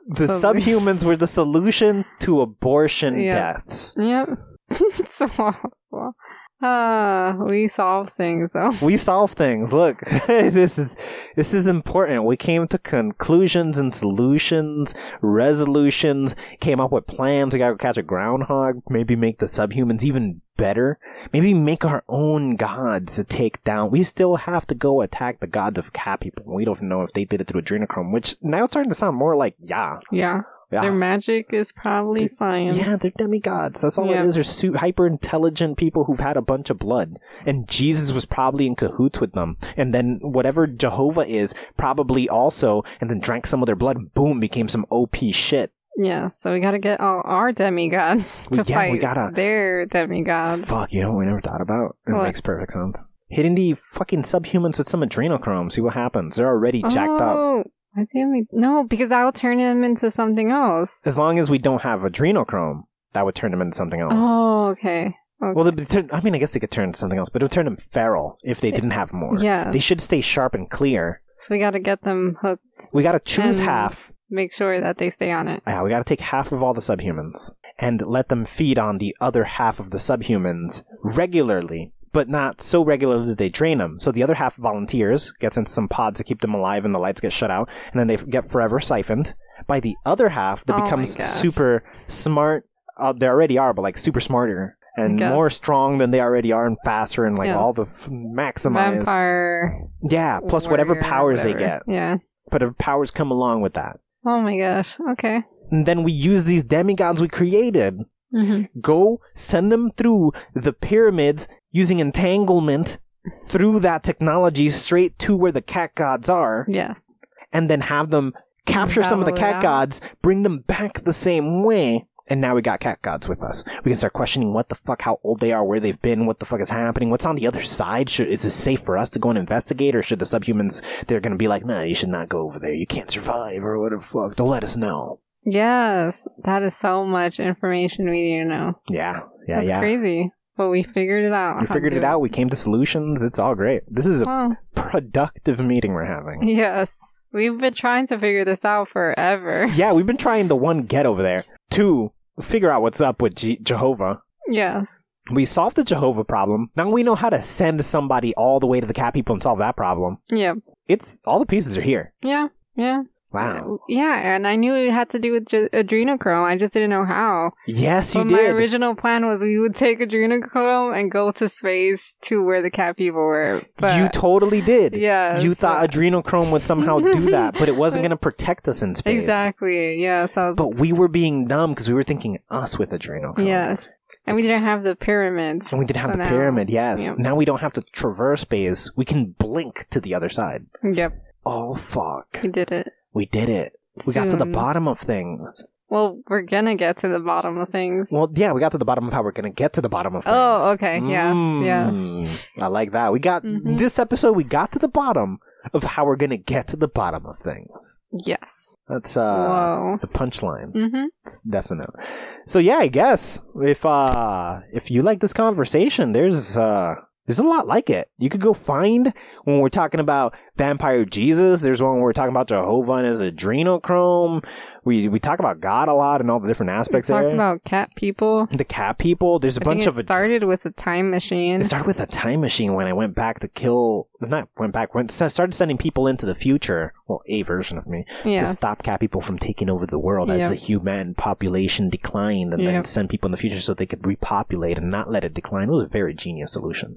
Speaker 2: the
Speaker 3: So-
Speaker 2: subhumans were the solution to abortion
Speaker 3: Yeah.
Speaker 2: deaths.
Speaker 3: Yep. so awful. Ah, we solve things though.
Speaker 2: we solve things. Look, this is this is important. We came to conclusions and solutions, resolutions. Came up with plans. We gotta catch a groundhog. Maybe make the subhumans even better. Maybe make our own gods to take down. We still have to go attack the gods of cat people. We don't know if they did it through adrenochrome, which now it's starting to sound more like yeah,
Speaker 3: Yeah.
Speaker 2: yeah.
Speaker 3: Their magic is probably science.
Speaker 2: Yeah, they're demigods. That's all
Speaker 3: Yeah.
Speaker 2: it is. They're su- hyper intelligent people who've had a bunch of blood. And Jesus was probably in cahoots with them. And then whatever Jehovah is, probably also, and then drank some of their blood, and boom, became some OP shit.
Speaker 3: Yeah, so we gotta get all our demigods
Speaker 2: We-
Speaker 3: to
Speaker 2: yeah,
Speaker 3: fight
Speaker 2: we gotta-
Speaker 3: their demigods.
Speaker 2: Fuck, you know what we never thought about? It
Speaker 3: Um, What?
Speaker 2: makes perfect sense. Hitting the fucking subhumans with some adrenochrome, see what happens. They're already jacked up.
Speaker 3: oh, I think we no, because that'll turn them into something else.
Speaker 2: As long as we don't have adrenochrome, that would turn them into something else.
Speaker 3: Oh, okay. okay.
Speaker 2: Well, they turn, I mean, I guess they could turn into something else, but it would turn them feral if they didn't have more.
Speaker 3: yeah.
Speaker 2: They should stay sharp and clear.
Speaker 3: so we gotta get them hooked.
Speaker 2: We gotta choose
Speaker 3: And-
Speaker 2: half.
Speaker 3: Make sure that they stay on it.
Speaker 2: Yeah, we gotta take half of all the subhumans and let them feed on the other half of the subhumans regularly but not so regularly that they drain them. So the other half volunteers, gets into some pods to keep them alive, and the lights get shut out, and then they get forever siphoned by the other half that
Speaker 3: Oh my
Speaker 2: becomes
Speaker 3: gosh.
Speaker 2: super smart. Uh, they already are, but like super smarter and
Speaker 3: Okay.
Speaker 2: more strong than they already are, and faster, and like
Speaker 3: Yes.
Speaker 2: all the f- maximized.
Speaker 3: Vampire.
Speaker 2: Yeah, plus whatever
Speaker 3: warrior,
Speaker 2: powers they
Speaker 3: whatever.
Speaker 2: get.
Speaker 3: Yeah.
Speaker 2: Whatever powers come along with that.
Speaker 3: Oh my gosh. Okay.
Speaker 2: And then we use these demigods we created.
Speaker 3: Mm-hmm.
Speaker 2: Go send them through the pyramids using entanglement through that technology straight to where the cat gods are,
Speaker 3: Yes.
Speaker 2: and then have them capture some of the
Speaker 3: Battle it
Speaker 2: cat
Speaker 3: out.
Speaker 2: gods, bring them back the same way. And now we got cat gods with us. We can start questioning what the fuck, how old they are, where they've been, what the fuck is happening, what's on the other side. Should, is it safe for us to go and investigate, or should the subhumans? They're gonna be like, nah, you should not go over there. You can't survive, or whatever. the Fuck, don't let us know.
Speaker 3: Yes. That is so much information we need to know.
Speaker 2: Yeah, yeah,
Speaker 3: That's
Speaker 2: yeah.
Speaker 3: crazy. But we figured it out.
Speaker 2: We
Speaker 3: how to
Speaker 2: figured
Speaker 3: do
Speaker 2: it out. We came to solutions. It's all great. This is a
Speaker 3: Wow.
Speaker 2: productive meeting we're having.
Speaker 3: Yes. We've been trying to figure this out forever.
Speaker 2: Yeah, we've been trying to one get over there. Two, figure out what's up with Je- Jehovah.
Speaker 3: yes.
Speaker 2: We solved the Jehovah problem. Now we know how to send somebody all the way to the cat people and solve that problem.
Speaker 3: Yep.
Speaker 2: It's all the pieces are here.
Speaker 3: Yeah. Yeah.
Speaker 2: Wow.
Speaker 3: Yeah. And I knew it had to do with ju- adrenochrome. I just didn't know how.
Speaker 2: Yes, you
Speaker 3: but my
Speaker 2: did.
Speaker 3: original plan was we would take adrenochrome and go to space to where the cat people were. But
Speaker 2: you totally did.
Speaker 3: Yes,
Speaker 2: You thought
Speaker 3: but-
Speaker 2: adrenochrome would somehow do that, but it wasn't going to protect us in space.
Speaker 3: Exactly. Yes. I was
Speaker 2: But we were being dumb because we were thinking us with adrenochrome.
Speaker 3: Yes. And we
Speaker 2: It's-
Speaker 3: didn't have the pyramids.
Speaker 2: And we didn't have
Speaker 3: So
Speaker 2: the
Speaker 3: now-
Speaker 2: pyramid, yes.
Speaker 3: Yep.
Speaker 2: Now we don't have to traverse space. We can blink to the other side.
Speaker 3: Yep,
Speaker 2: Oh, fuck.
Speaker 3: we did it.
Speaker 2: We did it. We got to the
Speaker 3: Soon.
Speaker 2: bottom of things.
Speaker 3: Well, we're gonna get to the bottom of things.
Speaker 2: Well, yeah, we got to the bottom of how we're going to get to the bottom of things.
Speaker 3: Oh, okay. Yes,
Speaker 2: yes. I like that. We got
Speaker 3: Mhm.
Speaker 2: this episode. We got to the bottom of how we're going to get to the bottom of things.
Speaker 3: Yes.
Speaker 2: That's uh,
Speaker 3: Whoa.
Speaker 2: it's a punchline.
Speaker 3: Mm-hmm.
Speaker 2: It's definite. So yeah, I guess if uh, if you like this conversation, there's uh. There's a lot like it. You could go find when we're talking about Vampire Jesus. There's one where we're talking about Jehovah and his adrenochrome. We we talk about God a lot and all the different
Speaker 3: We
Speaker 2: aspects
Speaker 3: talked
Speaker 2: there
Speaker 3: about cat people.
Speaker 2: the cat people. There's a
Speaker 3: I
Speaker 2: bunch
Speaker 3: think
Speaker 2: of
Speaker 3: it started with a time machine.
Speaker 2: it started with a time machine when I went back to kill. Not went back. Went s- started sending people into the future. Well, a version of me to
Speaker 3: Yes.
Speaker 2: stop cat people from taking over the world as
Speaker 3: Yep.
Speaker 2: the human population declined, and then
Speaker 3: Yep.
Speaker 2: send people in the future so they could repopulate and not let it decline. It was a very genius solution.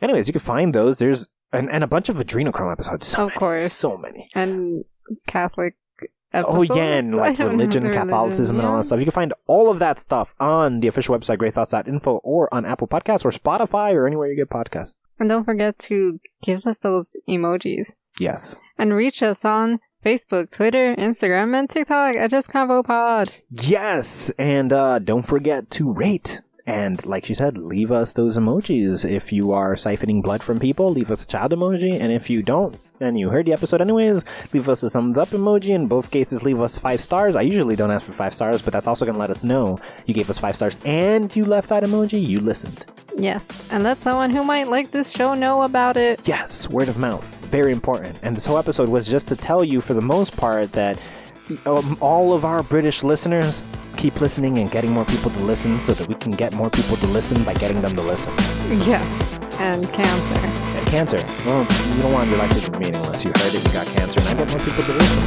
Speaker 2: Anyways, you can find those. There's and, and a bunch of adrenochrome episodes. So
Speaker 3: Of
Speaker 2: many,
Speaker 3: course.
Speaker 2: so many.
Speaker 3: And Catholic.
Speaker 2: Oh yeah, and
Speaker 3: episodes? I
Speaker 2: like
Speaker 3: don't
Speaker 2: religion,
Speaker 3: remember
Speaker 2: Catholicism, and all that
Speaker 3: religion.
Speaker 2: stuff. You can find all of that stuff on the official website, greatthoughts.info, or on Apple Podcasts, or Spotify, or anywhere you get podcasts.
Speaker 3: Yeah. And don't forget to give us those emojis.
Speaker 2: Yes.
Speaker 3: And reach us on Facebook, Twitter, Instagram, and TikTok at Just Convo Pod.
Speaker 2: Yes, and uh, don't forget to rate. And like she said, leave us those emojis. If you are siphoning blood from people, leave us a child emoji. And if you don't, and you heard the episode anyways, leave us a thumbs up emoji. In both cases, leave us five stars. I usually don't ask for five stars, but that's also going to let us know you gave us five stars and you left that emoji. You listened.
Speaker 3: Yes. And let someone who might like this show know about it.
Speaker 2: Yes, word of mouth. Very important. And this whole episode was just to tell you, for the most part, that um, all of our British listeners keep listening and getting more people to listen so that we can get more people to listen by getting them to listen.
Speaker 3: Yes. And cancer.
Speaker 2: And cancer. Well, you don't want your life to be meaningless. You heard it, you got cancer, and I get more people to listen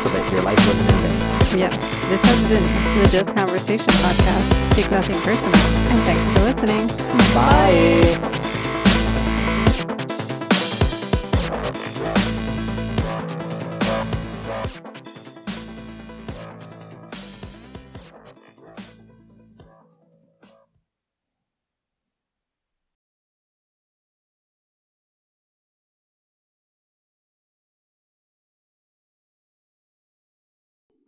Speaker 2: so that your life wasn't in vain.
Speaker 3: Yeah, this has been the Just Conversation podcast. Take nothing personal, and thanks for listening.
Speaker 2: Bye.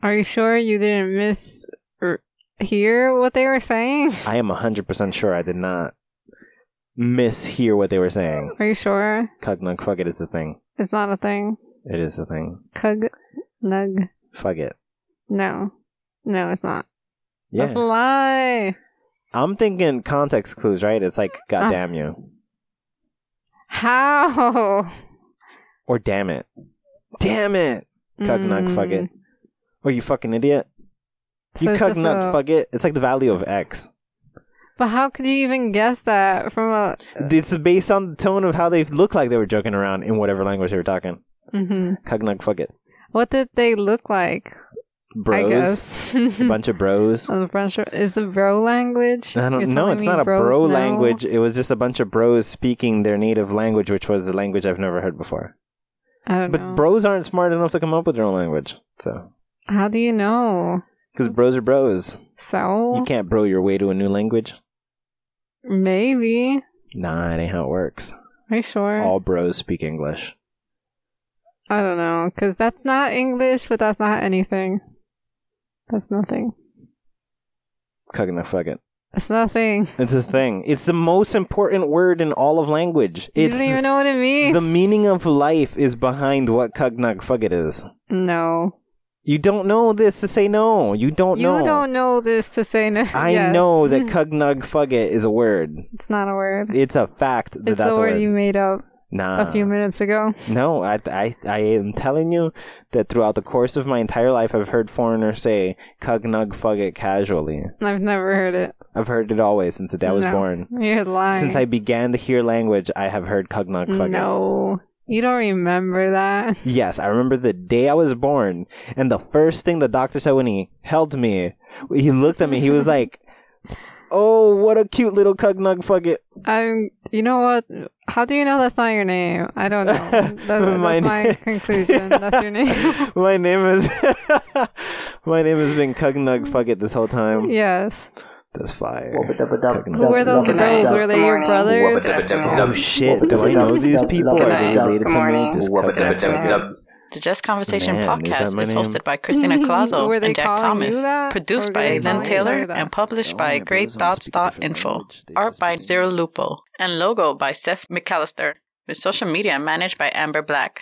Speaker 3: Are you sure you didn't miss or hear what they were saying?
Speaker 2: I am 100% sure I did not mishear what they were saying.
Speaker 3: Are you sure
Speaker 2: Cug nug fuck it is a thing.
Speaker 3: it's not a thing?
Speaker 2: It is a thing.
Speaker 3: Cug, nug.
Speaker 2: Fuck it.
Speaker 3: No, no, it's not.
Speaker 2: Yeah.
Speaker 3: That's a lie.
Speaker 2: I'm thinking context clues, right? It's like, God
Speaker 3: Ah.
Speaker 2: damn you.
Speaker 3: How?
Speaker 2: Or damn it. Damn it. Cug nug fuck
Speaker 3: Mm.
Speaker 2: it. Or you fucking idiot.
Speaker 3: So
Speaker 2: you
Speaker 3: it's
Speaker 2: cug
Speaker 3: just
Speaker 2: nug
Speaker 3: a-
Speaker 2: fuck it. It's like the value of X.
Speaker 3: But how could you even guess that from a?
Speaker 2: It's based on the tone of how they look like they were joking around in whatever language they were talking.
Speaker 3: hmm
Speaker 2: Cugnug, fuck it.
Speaker 3: What did they look like? I
Speaker 2: Bros.
Speaker 3: guess.
Speaker 2: A bunch of bros.
Speaker 3: Oh, the French is the bro language.
Speaker 2: I don't
Speaker 3: You're
Speaker 2: know.
Speaker 3: telling
Speaker 2: It's
Speaker 3: me
Speaker 2: not a
Speaker 3: bros
Speaker 2: bro
Speaker 3: know?
Speaker 2: language. It was just a bunch of bros speaking their native language, which was a language I've never heard before.
Speaker 3: I don't
Speaker 2: But
Speaker 3: know.
Speaker 2: bros aren't smart enough to come up with their own language. So,
Speaker 3: How do you know?
Speaker 2: because bros are bros. You
Speaker 3: So
Speaker 2: can't bro your way to a new language.
Speaker 3: maybe.
Speaker 2: Nah, it ain't how it works.
Speaker 3: Are you sure?
Speaker 2: All bros speak English.
Speaker 3: I don't know, because that's not English, but that's not anything. That's nothing.
Speaker 2: Cucking the fuck it.
Speaker 3: That's nothing.
Speaker 2: It's a thing. It's the most important word in all of language.
Speaker 3: You
Speaker 2: it's
Speaker 3: don't even know what it means.
Speaker 2: the meaning of life is behind what cugnug fugget is.
Speaker 3: no,
Speaker 2: You don't know this to say Oh, no. You don't
Speaker 3: you
Speaker 2: know.
Speaker 3: don't know this to say no.
Speaker 2: I
Speaker 3: Yes.
Speaker 2: know that cugnug fugget is a word.
Speaker 3: it's not a word.
Speaker 2: It's a fact that
Speaker 3: it's
Speaker 2: that's
Speaker 3: a
Speaker 2: a
Speaker 3: word
Speaker 2: word. Uh.
Speaker 3: you made up
Speaker 2: nah.
Speaker 3: a few minutes ago.
Speaker 2: No, I, I, I am telling you that throughout the course of my entire life, I've heard foreigners say cugnug fugget casually.
Speaker 3: I've never heard it.
Speaker 2: I've heard it always since the day I was
Speaker 3: No.
Speaker 2: born.
Speaker 3: You're lying.
Speaker 2: Since I began to hear language, I have heard cugnug fugget.
Speaker 3: no, you don't remember that.
Speaker 2: Yes, I remember the day I was born, and the first thing the doctor said when he held me, he looked at me, he was like, Oh, what a cute little cugnug fugget.
Speaker 3: I'm. You know what? How do you know that's not your name? I don't know. That, that's
Speaker 2: My
Speaker 3: my,
Speaker 2: name-
Speaker 3: conclusion. That's your name.
Speaker 2: My name is My name has been Cugnug Fugget this whole time.
Speaker 3: yes.
Speaker 2: That's fire.
Speaker 3: Who were those
Speaker 2: Good
Speaker 3: girls? Were they your brothers?
Speaker 2: Oh shit, do I know these people? Are they related to me? Just Cugnug.
Speaker 1: The Just Conversation
Speaker 2: Man, is that
Speaker 1: podcast
Speaker 2: my
Speaker 1: is
Speaker 2: name?
Speaker 1: hosted by Christina Clazo
Speaker 3: Were they
Speaker 1: and Jack
Speaker 3: calling
Speaker 1: Thomas,
Speaker 3: you that?
Speaker 1: produced
Speaker 3: Or
Speaker 1: by
Speaker 2: they
Speaker 1: Len
Speaker 2: calling you
Speaker 1: Taylor
Speaker 3: that?
Speaker 1: and published
Speaker 2: Oh,
Speaker 1: by
Speaker 2: yeah,
Speaker 1: Great
Speaker 2: bros don't
Speaker 1: Thoughts
Speaker 2: speak a
Speaker 1: Dot
Speaker 2: different
Speaker 1: Info,
Speaker 2: language. They
Speaker 1: art
Speaker 2: just
Speaker 1: by
Speaker 2: speak-
Speaker 1: Zero Lupo, and logo by Seth McAllister, with social media managed by Amber Black.